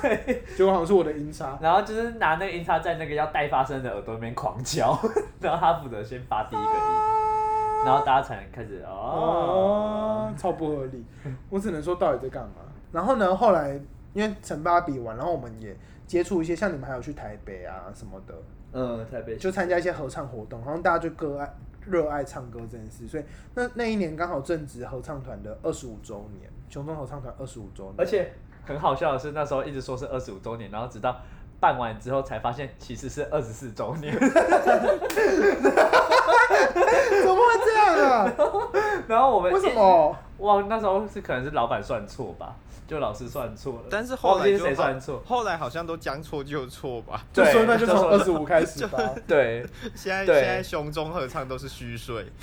Speaker 2: 对，
Speaker 4: 结果好像是我的音叉，
Speaker 2: 然后就是拿那个音叉在那个要带发声的耳朵那边狂敲， [LAUGHS] 然后他负责先发第一个音，然后大家才能开始哦。
Speaker 4: 啊哦，超不合理。 [LAUGHS] 我只能说到底在干嘛？然后呢，后来因为城巴比完，然后我们也接触一些，像你们还有去台北啊什么的，
Speaker 2: 嗯，台北
Speaker 4: 就参加一些合唱活动，然后大家就各爱热爱唱歌这件事，所以那那一年刚好正值合唱团的二十五周年，熊中合唱团二十五周年，
Speaker 2: 而且很好笑的是，那时候一直说是二十五周年，然后直到办完之后才发现其实是二十四周年， [LAUGHS]
Speaker 4: 怎么会这
Speaker 2: [LAUGHS]
Speaker 4: 样啊？
Speaker 2: 然后我们
Speaker 4: 为什？么？
Speaker 2: 哇，那时候是可能是老板算错吧，就老师算错了，
Speaker 5: 但是后
Speaker 2: 忘
Speaker 5: 来
Speaker 2: 记
Speaker 5: 就是
Speaker 2: 谁算错，
Speaker 5: [LAUGHS] 后来好像都将错就错吧。
Speaker 4: 就
Speaker 2: 对
Speaker 4: 说那就
Speaker 2: 就
Speaker 4: 从
Speaker 2: 说
Speaker 4: 二十五开始吧。
Speaker 2: 对。
Speaker 5: [LAUGHS] 现在
Speaker 2: 对
Speaker 5: 现在熊中合唱都是虚岁，
Speaker 2: [LAUGHS]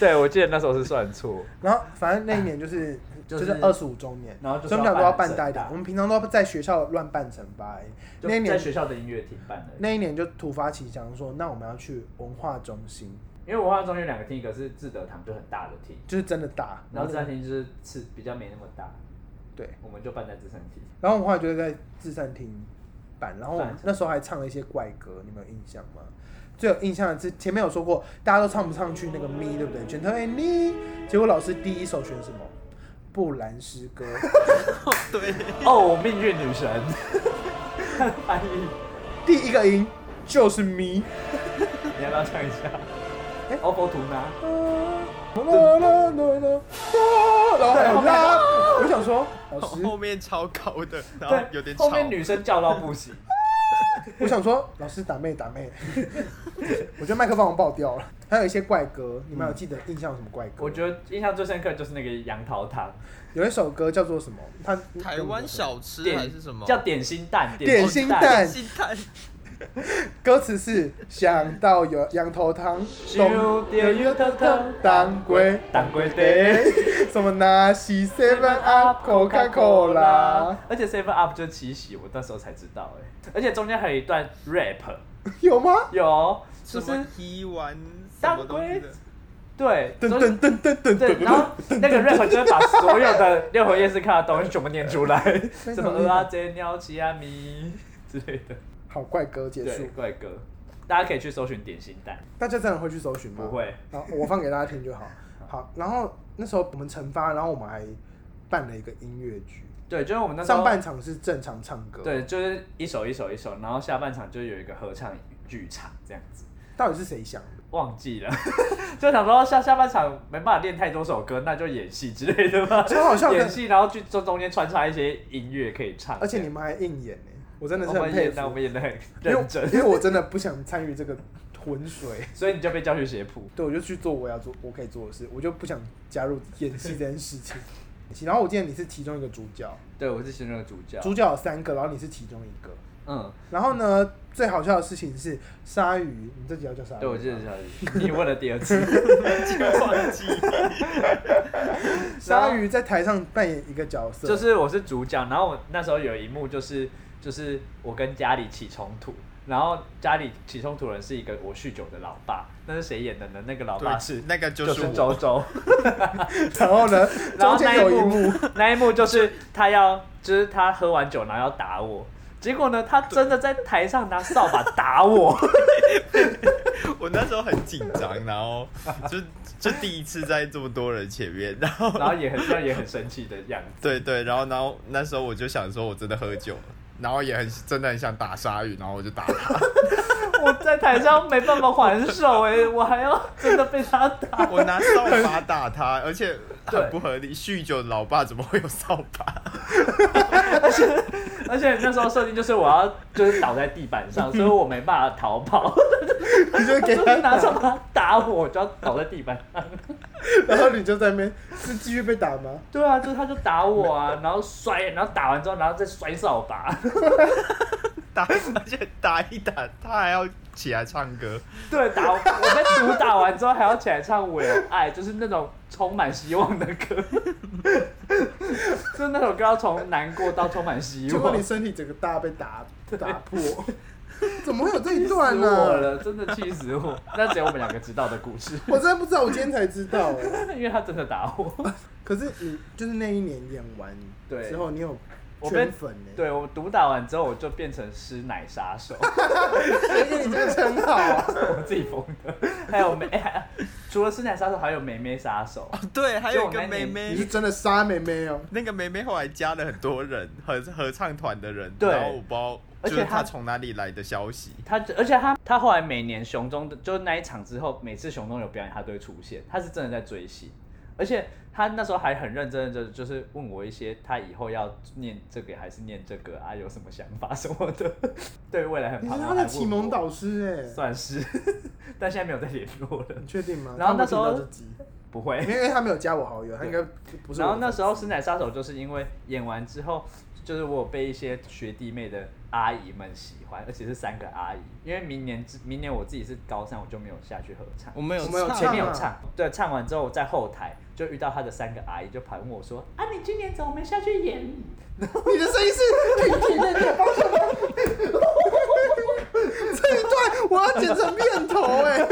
Speaker 2: 对，我记得那时候是算错。
Speaker 4: 然后反正那一年就是
Speaker 2: [LAUGHS] 就是
Speaker 4: 就是二十五周年，
Speaker 2: 然后就是
Speaker 4: 所以我们俩都要办大
Speaker 2: 要办
Speaker 4: 一点
Speaker 2: 很。大
Speaker 4: 我们平常都要在学校乱办成吧。
Speaker 2: 就
Speaker 4: 那一
Speaker 2: 在
Speaker 4: 年
Speaker 2: 学校的音乐厅办的，
Speaker 4: 那一年就突发奇想说，那我们要去文化中心，
Speaker 2: 因为文化中有两个厅，一个是志德堂，就很大的厅，
Speaker 4: 就是真的大。
Speaker 2: 然后
Speaker 4: 那
Speaker 2: 这三厅就是次比较没那么大，
Speaker 4: 对，
Speaker 2: 我们就办在这三厅。
Speaker 4: 然后我们后来就在自善厅办，然后我们
Speaker 2: 办
Speaker 4: 那时候还唱了一些怪歌，你们有印象吗？最有印象的是前面有说过，大家都唱不上去那个咪，对不对？全都哎咪，结果老师第一首选什么？布兰诗歌。
Speaker 5: 对，
Speaker 2: [LAUGHS] 哦，命运女神， [LAUGHS] 翻译，
Speaker 4: 第一个音就是咪。
Speaker 2: 你要不要唱一下
Speaker 4: 哎？
Speaker 2: 欧佛图呢？
Speaker 4: 啦啦啦啦啦，然后还有拉，我想想说，
Speaker 6: [LAUGHS]
Speaker 4: 老
Speaker 5: 后
Speaker 4: 师，
Speaker 5: 后面超高的，然哦后
Speaker 2: 对，
Speaker 5: 有点吵
Speaker 2: 后。面女生叫到不行，
Speaker 4: [LAUGHS] 我想说，老师打妹打妹， [LAUGHS] 我觉得麦克风爆掉了。还有一些怪歌，你们有记得印象有什么怪歌？
Speaker 2: 我觉得印象最深刻就是那个杨桃汤，
Speaker 4: 有一首歌叫做什么？它
Speaker 5: 台湾小吃
Speaker 2: 点
Speaker 5: 还是什么？
Speaker 2: 叫点心蛋，
Speaker 4: 点心蛋
Speaker 5: 心态。
Speaker 4: 歌词是想到有羊头汤，
Speaker 2: 想到羊头汤
Speaker 4: 当归，
Speaker 2: 蛋龟蛋。
Speaker 4: 对，什么那西 seven up Coca Cola，
Speaker 2: 而且 Seven Up 就是七喜，我那时候才知道哎、而且中间还有一段 rap，
Speaker 4: 有吗？
Speaker 2: 有，就
Speaker 5: 什
Speaker 2: 是
Speaker 5: 么一丸什么东西的？
Speaker 2: 对，
Speaker 4: 噔
Speaker 2: 就
Speaker 4: 噔
Speaker 2: 是
Speaker 4: 噔噔噔
Speaker 2: 对，
Speaker 4: 噔，
Speaker 2: 然后那个 rap 就会把所有的六合夜市看的东西全部念出来，什么鹅啊贼鸟奇啊咪之类的，
Speaker 4: 好怪歌结
Speaker 2: 对
Speaker 4: 束，，
Speaker 2: 怪歌，大家可以去搜寻点心蛋，
Speaker 4: 大家真的会去搜寻吗？
Speaker 2: 不会，
Speaker 4: 好，我放给大家听就好。好，然后那时候我们惩罚，然后我们还办了一个音乐剧，
Speaker 2: 对，就是我们那时候
Speaker 4: 上半场是正常唱歌，，
Speaker 2: 对，就是一首一首一首，然后下半场就有一个合唱剧场这样子。
Speaker 4: 到底是谁想的？
Speaker 2: 忘记了， [LAUGHS] 就想说下下半场没办法练太多首歌，那就演戏之类的吧。
Speaker 4: 超好笑的
Speaker 2: 啊演戏，然后去中中间穿插一些音乐可以唱。
Speaker 4: 而且你们还硬演呢、我真的
Speaker 2: 我
Speaker 4: 是很
Speaker 2: 们
Speaker 4: 佩
Speaker 2: 演
Speaker 4: 服
Speaker 2: 到，我们演的很
Speaker 4: 因为
Speaker 2: 认真，
Speaker 4: 因为我真的不想参与这个浑
Speaker 2: [LAUGHS]
Speaker 4: 水。
Speaker 2: 所以你就被叫去写谱。
Speaker 4: 对，我就去做我要做我可以做的事，我就不想加入演戏这件事情。 [LAUGHS] 然后我记得你是其中一个主角，
Speaker 2: 对，啊我是其中的主角。
Speaker 4: 主角有三个，然后你是其中一个。
Speaker 2: 嗯，
Speaker 4: 然后呢，最好笑的事情是鲨鱼，你这集要叫鲨鱼吗。
Speaker 2: 对，我记得小嗯雨，你问了第二 [LAUGHS] 次。
Speaker 5: 忘记。
Speaker 4: 鲨鱼在台上扮演一个角色，
Speaker 2: 就是我是主角，然后我那时候有一幕就是就是我跟家里起冲突，然后家里起冲突的人是一个我酗酒的老爸，那是谁演的呢？那个老爸
Speaker 5: 对
Speaker 2: 是
Speaker 5: 那个就
Speaker 2: 就是是
Speaker 5: 我
Speaker 2: 周周。
Speaker 4: [LAUGHS] 然后呢，
Speaker 2: [LAUGHS] 然
Speaker 4: 中
Speaker 2: 后那
Speaker 4: 间有一
Speaker 2: [LAUGHS]
Speaker 4: 幕，
Speaker 2: 幕，那一幕就是他要，就是他喝完酒然后要打我，结果呢，他真的在台上拿扫把打我， [LAUGHS]
Speaker 5: 我那时候很紧张，然后 [LAUGHS] 就就第一次在这么多人前面，然后
Speaker 2: 然后也很像也很生气的样子。 [LAUGHS]
Speaker 5: 对对，然后然后那时候我就想说，我真的喝酒了，然后也很真的很想打鲨鱼，然后我就打他。
Speaker 2: 我在台上没办法还手哎、我还要真的被他打。
Speaker 5: 我拿扫 [LAUGHS] 把打他，而且很
Speaker 2: 对
Speaker 5: 不合理。酗酒的老爸怎么会有扫把？
Speaker 2: 而且那时候设定就是我要就是倒在地板上，所以我没办法逃跑， [LAUGHS]
Speaker 4: 你就给
Speaker 2: 就
Speaker 4: 他
Speaker 2: 是拿 [LAUGHS]
Speaker 4: 打，
Speaker 2: 扫把打我，我就要倒在地板上。 [LAUGHS]
Speaker 4: 然后你就在那边是继续被打吗？
Speaker 2: 对啊，就是他就打我啊，然后摔，然后打完之后，然后再摔扫把。
Speaker 6: [LAUGHS]
Speaker 5: 打，而且打一打，他还要起来唱歌。
Speaker 2: 对，打我在毒打完之后还要起来唱《我有爱》，就是那种充满希望的歌， [LAUGHS] 就是那首歌要从难过到充满希
Speaker 4: 结果
Speaker 2: 望
Speaker 4: 你。身体整个大被打打
Speaker 2: [LAUGHS]
Speaker 4: 破，怎么会有这一
Speaker 2: 气
Speaker 4: 段啊
Speaker 2: 死
Speaker 4: 呢、
Speaker 2: 我了，真的气死我！那只有我们两个知道的故事，
Speaker 4: 我真的不知道，我今天才知道、哎
Speaker 2: 因为他真的打我。
Speaker 4: 可是你就是那一年演完
Speaker 2: 对
Speaker 4: 之后，你有
Speaker 2: 我被
Speaker 4: 圈粉欸呢、，
Speaker 2: 对我毒打完之后，我就变成师奶杀手， [LAUGHS]
Speaker 4: 所以你真的很好啊。
Speaker 2: 我自己疯的。还有梅，哎还除了师奶杀手，还有梅梅杀手。
Speaker 5: 对，还有一
Speaker 2: 就我
Speaker 5: 个
Speaker 2: 那
Speaker 5: 妹
Speaker 2: 年
Speaker 4: 你是
Speaker 5: 妹，
Speaker 4: 真的杀妹妹哦、
Speaker 5: 那个妹妹后来加了很多人合合唱团的人，
Speaker 2: 对
Speaker 5: 然后我不知道
Speaker 2: 而
Speaker 5: 就是
Speaker 2: 且她
Speaker 5: 她从哪里来的消息。
Speaker 2: 他而且他他后来每年熊中的就是那一场之后，每次熊中有表演，他都会出现，他是真的在追星，而且他那时候还很认真的就就是问我一些他以后要念这个还是念这个啊，有什么想法什么的， [LAUGHS] 对未来很
Speaker 4: 你
Speaker 2: 彷徨。
Speaker 4: 是他
Speaker 2: 哎啊还
Speaker 4: 的
Speaker 2: 问
Speaker 4: 启蒙
Speaker 2: 我
Speaker 4: 导师哎、
Speaker 2: 算是，但现在没有再联络了，
Speaker 4: 你确定吗？
Speaker 2: 然后
Speaker 4: 他
Speaker 2: 那
Speaker 4: 会
Speaker 2: 时
Speaker 4: 听到
Speaker 2: 候
Speaker 4: 这集
Speaker 2: 不会。
Speaker 4: 因为他没有加我好友，他应该不是我的粉丝。
Speaker 2: 然后那时候《神奶杀手》就是因为演完之后，就是我有被一些学弟妹的阿姨们喜欢，而且是三个阿姨。因为明年之明年我自己是高三，我就没有下去合唱。
Speaker 5: 我们有
Speaker 4: 我们有
Speaker 5: 唱
Speaker 2: 前面有
Speaker 4: 唱啊
Speaker 2: 唱，对，唱完之后我在后台就遇到他的三个阿姨，就盘问我
Speaker 4: [LAUGHS]
Speaker 2: 说
Speaker 3: 啊，你今年怎么没下去演？
Speaker 4: 你的声音是挺挺那个方向吗？这一段我要剪成片头哎、欸！：“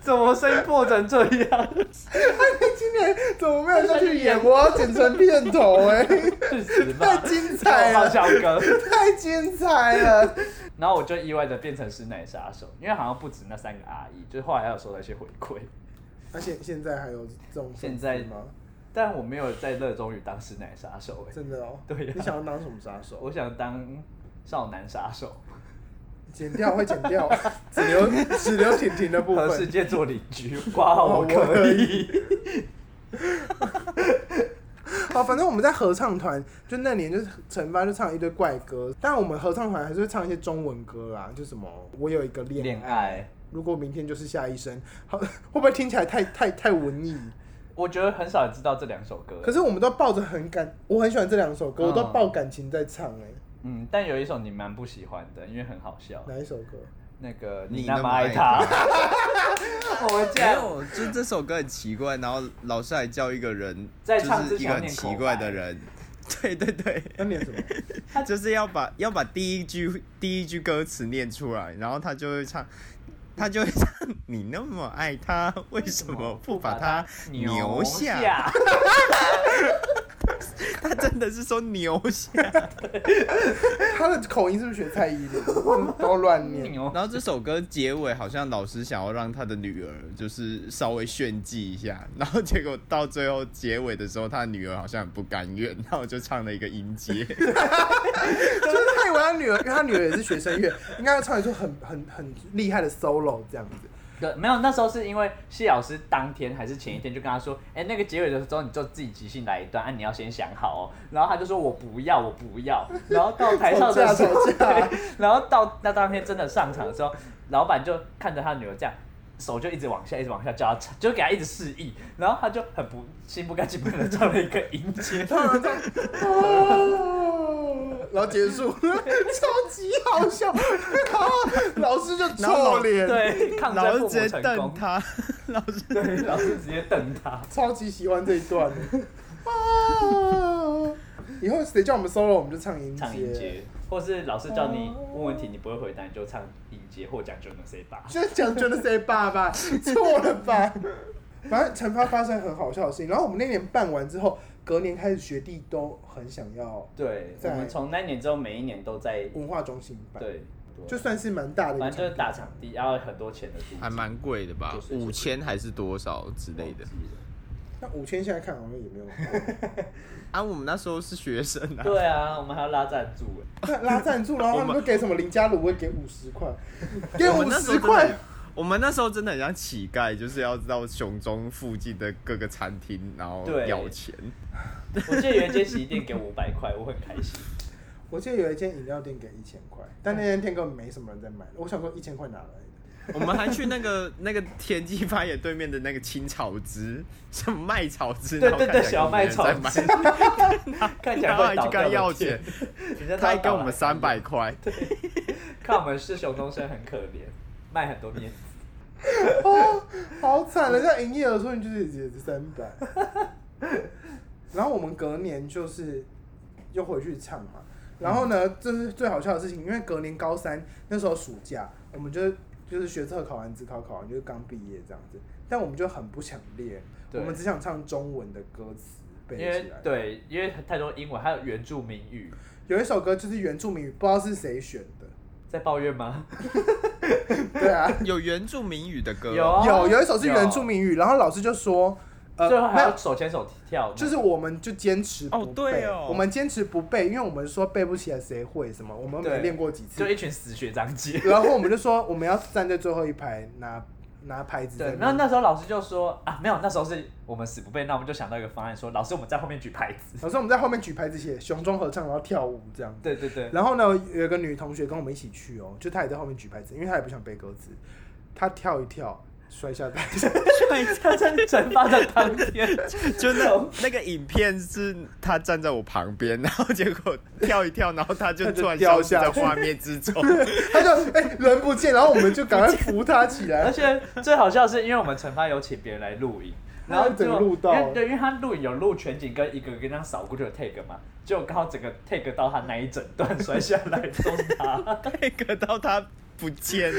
Speaker 2: 怎么声音破成这样 [LAUGHS]
Speaker 4: 你今年怎么没有下去 [LAUGHS] 演？我要剪成片头 [LAUGHS] 哎、？”
Speaker 2: 去死吧！
Speaker 4: 太精彩
Speaker 2: 放 [LAUGHS]
Speaker 4: 了，
Speaker 2: 小歌。
Speaker 4: 太精彩了！
Speaker 2: 然后我就意外的变成师奶杀手，因为好像不止那三个阿姨，就是后来还有收到一些回馈，
Speaker 4: 那、现现在还有这种粉丝
Speaker 2: 现在
Speaker 4: 吗？
Speaker 2: 但我没有在热衷于当师奶杀手、欸。
Speaker 4: 真的哦。
Speaker 2: 对呀
Speaker 4: 你想要当什么杀手？
Speaker 2: 我想当少男杀手，
Speaker 4: 剪掉会剪掉， [LAUGHS] 只留只留婷婷的部
Speaker 2: 和世
Speaker 4: 分。
Speaker 2: 界
Speaker 4: [LAUGHS]
Speaker 2: 做邻居，挂号我可以。
Speaker 4: 好，反正我们在合唱团，就那年就是陈发就唱一堆怪歌，但我们合唱团还是会唱一些中文歌啦，就什么我有一个恋
Speaker 2: 恋爱，
Speaker 4: 如果明天就是下一生，好 [LAUGHS] 会不会听起来太太太文艺？
Speaker 2: 我觉得很少人知道这两首歌。
Speaker 4: 可是我们都抱着很感，我很喜欢这两首歌，我都
Speaker 2: 嗯
Speaker 4: 抱感情在唱哎、
Speaker 2: 嗯，但有一首你蛮不喜欢的，因为很好笑。
Speaker 4: 哪一首歌？
Speaker 2: 那个
Speaker 6: 你
Speaker 2: 你那
Speaker 6: 那
Speaker 2: 么
Speaker 6: 么
Speaker 2: 爱
Speaker 6: 爱
Speaker 2: 他， [LAUGHS] 我们
Speaker 6: 没
Speaker 2: 家
Speaker 6: 有，就这首歌很奇怪，然后老师还叫一个人，
Speaker 2: 在
Speaker 6: 就
Speaker 2: 唱之
Speaker 6: 是一
Speaker 2: 前要
Speaker 6: 个很
Speaker 2: 念口
Speaker 6: 奇怪
Speaker 2: 白
Speaker 6: 的人，对对对，
Speaker 4: 那念什么？
Speaker 6: 就是要把要把第一句第一句歌词念出来，然后他就会唱，他就会唱你那么爱他，为什么不把他
Speaker 2: 牛
Speaker 6: 牛下？
Speaker 2: 下
Speaker 6: 他真的是说牛下，
Speaker 4: [LAUGHS] 他的口音是不是学蔡依林？ [LAUGHS] 都乱念。
Speaker 2: 牛
Speaker 6: 然后这首歌结尾好像老师想要让他的女儿就是稍微炫技一下，然后结果到最后结尾的时候，他的女儿好像很不甘愿，然后就唱了一个音阶。
Speaker 4: 就是他以为他女儿，因为他女儿也是学声乐，应该要唱一出很很很厉害的 solo 这样子。
Speaker 2: 对，没有，那时候是因为谢老师当天还是前一天就跟他说，哎、那个结尾的时候你就自己即兴来一段，啊，你要先想好哦。然后他就说我不要，我不要。然后到台上的时
Speaker 4: [LAUGHS]
Speaker 2: 候，
Speaker 4: 吵架吵架
Speaker 2: 对然后到那当天真的上场的时候，老板就看着他女儿这样。手就一直往下，一直往下，叫他唱，就给他一直示意，然后他就很不心不甘情不愿的唱了一个音阶，
Speaker 4: [LAUGHS] 他们这样，哦然后结束， [LAUGHS] 超级好笑。 [LAUGHS] 然后老师就
Speaker 6: 然后
Speaker 4: 臭
Speaker 6: 老
Speaker 4: 脸，
Speaker 2: 对，抗
Speaker 6: 老
Speaker 2: 争
Speaker 6: 师
Speaker 2: 父
Speaker 6: 直
Speaker 2: 母
Speaker 6: 接
Speaker 2: 成
Speaker 6: 瞪
Speaker 2: 功，
Speaker 6: 他，老师
Speaker 2: 对， [LAUGHS] 老师直接瞪他。
Speaker 4: 超级喜欢这一段的。啊以后谁叫我们 solo，我们就唱音
Speaker 2: 唱音
Speaker 4: 阶。
Speaker 2: 阶，或是老师叫你问问题，你不会回答，你就唱音阶获奖就能 say 吧。
Speaker 4: 就讲觉得谁爸爸错了吧？反正惩罚发生很好笑的事情，然后我们那年办完之后，隔年开始学弟都很想要
Speaker 2: 对，我
Speaker 4: 在
Speaker 2: 们从那年之后，每一年都在
Speaker 4: 文化中心办，
Speaker 2: 对，
Speaker 4: 就算是蛮大的一个
Speaker 2: 反正
Speaker 4: 场
Speaker 2: 就是
Speaker 4: 地，
Speaker 2: 打场地，要很多钱的租金
Speaker 6: 还蛮贵的吧
Speaker 2: 就，是
Speaker 6: 五千还是多少之类的。。
Speaker 4: 那五千现在看好像也没有 [LAUGHS] 很贵，
Speaker 6: 啊，我们那时候是学生啊， [LAUGHS]
Speaker 2: 对啊，我们还要拉赞助哎，
Speaker 4: 那拉赞助，然后他们就给什么林家卤味给五十块，给
Speaker 6: 我们
Speaker 4: 五
Speaker 6: 那时候
Speaker 4: 十
Speaker 6: 真的
Speaker 4: 块
Speaker 6: 很，。我们那时候真的很像乞丐，就是要到熊中附近的各个餐厅，然后
Speaker 2: 对
Speaker 6: 要钱。
Speaker 2: 我记得有一间洗衣店给我五百块，我很开
Speaker 6: [LAUGHS]
Speaker 2: 心。
Speaker 4: 我记得有一间饮料店给一千块，但那间店根本没什么人在买，我想说一千块哪来的？
Speaker 6: [LAUGHS] 我们还去那个那个田鸡发野对面的那个青草汁，什么麦草汁，
Speaker 2: 对
Speaker 6: 然后
Speaker 2: 对
Speaker 6: 看起
Speaker 2: 对，
Speaker 6: 来
Speaker 2: 小麦草
Speaker 6: 根本没
Speaker 2: 汁 [LAUGHS]
Speaker 6: 人在，
Speaker 2: 看起来
Speaker 6: 买，然后
Speaker 2: 会
Speaker 6: 还
Speaker 2: 倒
Speaker 6: 去跟
Speaker 2: 掉
Speaker 6: 他要
Speaker 2: 的
Speaker 6: 钱，
Speaker 2: 钱，人家
Speaker 6: [LAUGHS] 他还
Speaker 2: 倒
Speaker 6: 给
Speaker 2: 掉
Speaker 6: 我们
Speaker 2: 了
Speaker 6: 三百块。
Speaker 2: 看我们是熊中生很可怜，卖很多面子。
Speaker 4: 哦， [LAUGHS] 好惨了！这样营业额说你就是也是三百。
Speaker 2: [LAUGHS]
Speaker 4: 然后我们隔年就是又回去唱嘛。然后呢，这是最好笑的事情，因为隔年高三那时候暑假，我们就是就是学测考完、职考考完，就是刚毕业这样子。但我们就很不想练，我
Speaker 2: 对
Speaker 4: 们只想唱中文的歌词背
Speaker 2: 因为
Speaker 4: 起来。，
Speaker 2: 对，因为太多英文，还有原住民语，
Speaker 4: 有一首歌就是原住民语，不知道是谁选
Speaker 2: [LAUGHS]
Speaker 4: 的。
Speaker 2: 在抱怨吗？
Speaker 4: 对啊，
Speaker 6: 有原住民语的歌，
Speaker 2: 有啊
Speaker 4: 有有一首是原住，民语，然后老师就说，呃，
Speaker 2: 最后
Speaker 4: 没
Speaker 2: 还
Speaker 4: 有
Speaker 2: 要手牵手跳，
Speaker 4: 就是我们就坚持不背，
Speaker 6: 哦对哦
Speaker 4: 我们坚持不背，因为我们说背不起来谁会什么，我们没
Speaker 2: 对
Speaker 4: 练过几次
Speaker 2: 就，一群死学长姐。
Speaker 4: [LAUGHS] 然后我们就说我们要站在最后一排拿拿牌子在
Speaker 2: 对，
Speaker 4: 边。
Speaker 2: 然后那时候老师就说啊，没有，那时候是我们死不背，那我们就想到一个方案，说老师我们在后面举牌子。 [LAUGHS]
Speaker 4: 老师我们在后面举牌子写熊中合唱，然后跳舞这样。
Speaker 2: 对对对， [LAUGHS]
Speaker 4: 然后呢，有一个女同学跟我们一起去哦，就她也在后面举牌子，因为她也不想背歌词，她跳一跳摔下台，
Speaker 2: 他在惩罚的当
Speaker 4: [LAUGHS]
Speaker 2: 天，
Speaker 6: 就那种那个影片是他站在我旁边，然后结果跳一跳，然后他就
Speaker 4: 他就
Speaker 6: 突然
Speaker 4: 掉
Speaker 6: 消失在
Speaker 4: 下去
Speaker 6: 画面
Speaker 2: [LAUGHS]
Speaker 6: 之中。
Speaker 4: [LAUGHS] 她就哎、人不见，然后我们就赶快扶她
Speaker 2: [LAUGHS]
Speaker 4: 起
Speaker 2: 而
Speaker 4: 来，
Speaker 2: 且最好笑的是，因为我们惩罚有请别人来录影，然后
Speaker 4: 他整个
Speaker 2: 就
Speaker 4: 录到
Speaker 2: 因为对，因为他录影有录全景跟一个一个这样扫过去的 take 嘛，就刚好整个 take 到他那一整段 [LAUGHS] 摔下来都是他。
Speaker 6: 那个到他不见，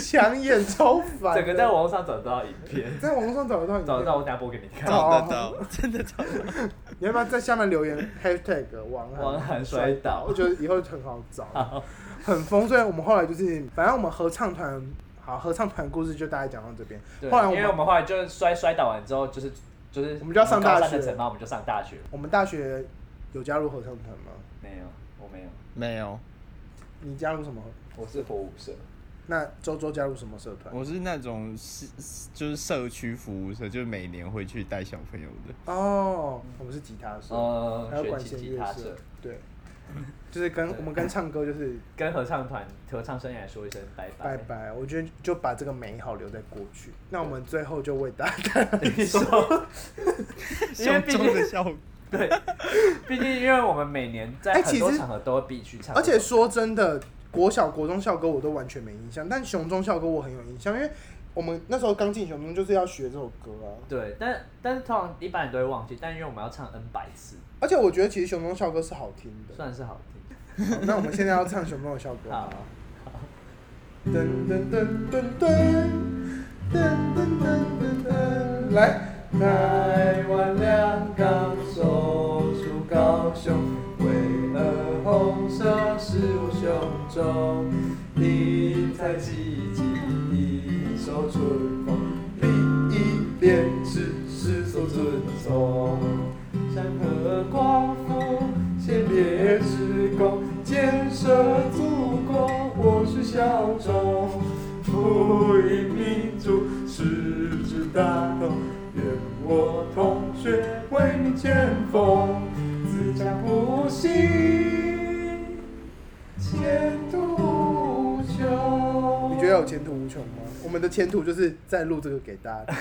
Speaker 4: 抢眼超烦的，
Speaker 2: 整个在网络上找得到影片，
Speaker 4: 在网络上找得到你，
Speaker 2: 找得到我等下播给你看。
Speaker 6: 找得
Speaker 2: 哦
Speaker 6: 到，真的找得到。
Speaker 4: 你要不要在下面留言 hashtag 王
Speaker 2: 王
Speaker 4: 涵
Speaker 2: 涵摔倒
Speaker 4: 我觉得以后很好找，
Speaker 2: [LAUGHS] 好
Speaker 4: 很疯。所以我们后来就是，反正我们合唱团，好，合唱团故事就大概讲到这边。
Speaker 2: 对，
Speaker 4: 后来我
Speaker 2: 因为我
Speaker 4: 们
Speaker 2: 们后来就摔摔倒完之后，就是就是
Speaker 4: 我们就要上大学
Speaker 2: 高三的惩罚，我们就上大学。
Speaker 4: 我们大学有加入合唱团吗？
Speaker 2: 没有，我没有，
Speaker 6: 没有，
Speaker 4: 你加入什么？
Speaker 2: 我是火舞社。
Speaker 4: 那周周加入什么社团？
Speaker 5: 我是那种是就是社区服务社，就是每年会去带小朋友的。
Speaker 4: 哦，我们是吉他社，
Speaker 2: 哦
Speaker 4: 还有管
Speaker 2: 学
Speaker 4: 弦
Speaker 2: 习吉
Speaker 4: 乐
Speaker 2: 他
Speaker 4: 社
Speaker 2: 社，
Speaker 4: 对，就是跟我们跟唱歌就是
Speaker 2: 跟合唱团、合唱生涯说一声拜拜。
Speaker 4: 拜拜。我觉得就把这个美好留在过去。那我们最后就为大家
Speaker 2: [LAUGHS] 你说，因为
Speaker 5: 胸
Speaker 2: 毕
Speaker 5: 中
Speaker 2: 竟
Speaker 5: 的笑，
Speaker 2: 对，毕竟因为我们每年在
Speaker 4: 哎
Speaker 2: 很
Speaker 4: 其
Speaker 2: 多
Speaker 4: 实
Speaker 2: 场合都会必须唱，
Speaker 4: 而且说真的，国小、国中校歌我都完全没印象，但雄中校歌我很有印象，因为我们那时候刚进雄中就是要学这首歌啊。
Speaker 2: 对，但但是通常一般人都会忘记，但因为我们要唱 N 百次，
Speaker 4: 而且我觉得其实雄中校歌是好听的。
Speaker 2: 算是好听。
Speaker 4: 好那我们现在要唱雄中的校歌吗
Speaker 2: 好。，
Speaker 4: 噔噔噔噔噔噔噔噔噔，来。
Speaker 2: 台湾两港首出高雄，巍峨红色是我胸中。你在寂静一首春风，另一边是世俗尊重。山河光复，先烈之功，建设祖国，我是效忠。
Speaker 1: 赋予民主使之大同，愿我同学为你前锋，自强不息，前途无穷。
Speaker 4: 你觉得有前途无穷吗？我们的前途就是在录这个给大家听。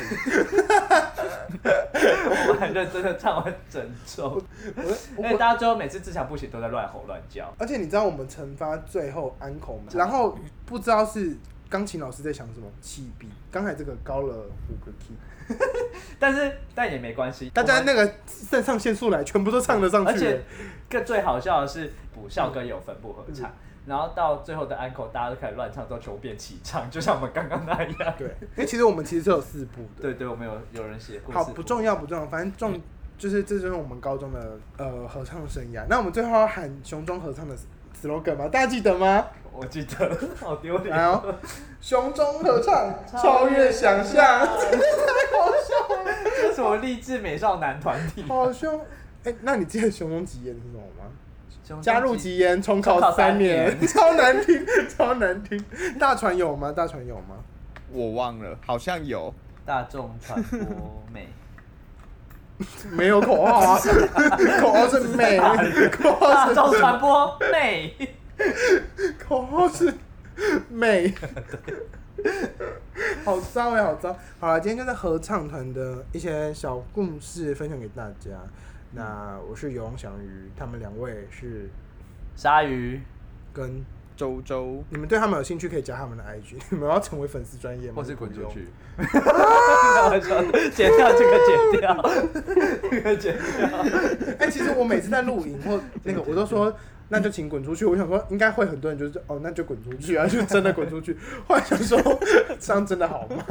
Speaker 2: 我很认真的唱完整首，
Speaker 4: 我我
Speaker 2: 因为大家最后每次自强不息都在乱吼乱叫。
Speaker 4: 而且你知道我们惩罚最后安口吗？然后不知道是钢琴老师在想什么气笔，刚才这个高了五个 key，
Speaker 2: 但是但也没关系，
Speaker 4: 大家
Speaker 2: 我们
Speaker 4: 那个肾上腺素来，全部都唱得上
Speaker 2: 而
Speaker 4: 去了
Speaker 2: 且。更最好笑的是补校歌有分部合唱，
Speaker 4: 嗯
Speaker 2: 然后到最后的安 n 大家都开始乱唱，之后全部变齐唱，就像我们刚刚那样。
Speaker 4: 对，因为其实我们其实是有四部的。
Speaker 2: 对对，我们有有人写过。
Speaker 4: 好，不重要不重要，反正重就是这就是我们高中的呃合唱生涯。那我们最后要喊雄中合唱的 slogan 吗？大家记得吗？
Speaker 2: 我记得，好丢脸。
Speaker 4: 来 [LAUGHS] 哦，雄中合唱，超越想象，真的太好笑了。
Speaker 2: 这是什么励志美少男团体？
Speaker 4: [LAUGHS] 好凶！哎、那你记得熊中吉言是什么吗？
Speaker 2: 兄弟
Speaker 4: [LAUGHS] 加入
Speaker 2: 集
Speaker 4: 吉言重考三年， [LAUGHS] 超难听，超难听。大船有吗？大船有吗？
Speaker 5: 我忘了，好像有。
Speaker 2: 大众传播
Speaker 4: [LAUGHS]
Speaker 2: 美，
Speaker 4: 没有口号 [LAUGHS] 啊，口号是美，口号
Speaker 2: 大
Speaker 4: 是
Speaker 2: 众传播美，
Speaker 4: 口号是美。好糟哎、好糟！好了，今天就是合唱团的一些小故事分享给大家。那我是游翔宇，他们两位是
Speaker 2: 鲨
Speaker 4: [LAUGHS]
Speaker 2: 鱼 [LAUGHS]
Speaker 4: 跟
Speaker 5: 周周，
Speaker 4: 你们对他们有兴趣，可以加他们的 IG。你 [LAUGHS] 们要成为粉丝专业吗？
Speaker 2: 或是滚
Speaker 4: 不
Speaker 2: 出
Speaker 4: 用
Speaker 2: 去。剪掉这个，剪掉， [LAUGHS] 这个剪掉。
Speaker 4: 哎、其实我每次在录影
Speaker 2: [LAUGHS]
Speaker 4: 或那个，我都说那就请滚出去。我想说，应该会很多人就是哦，那就滚出去啊，就真的滚出去。后来想说，这样真的好吗？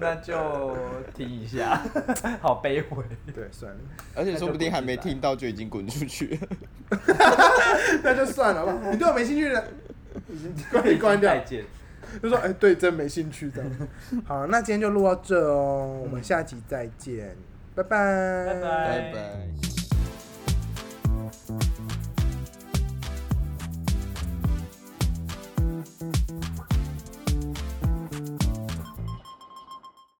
Speaker 2: 那就听一下， [LAUGHS] 好卑微。
Speaker 4: 对，算了，
Speaker 5: 而且说不定还没听到就已经滚出去了。
Speaker 4: [LAUGHS] 那就算了吧。你对我没兴趣的， [LAUGHS] 已经关关掉
Speaker 2: 再，见，
Speaker 4: 就说哎、对，真没兴趣这 [LAUGHS] 样。好，嗯那今天就录到这哦，我们下集再见，拜拜，
Speaker 2: 拜拜
Speaker 5: 拜。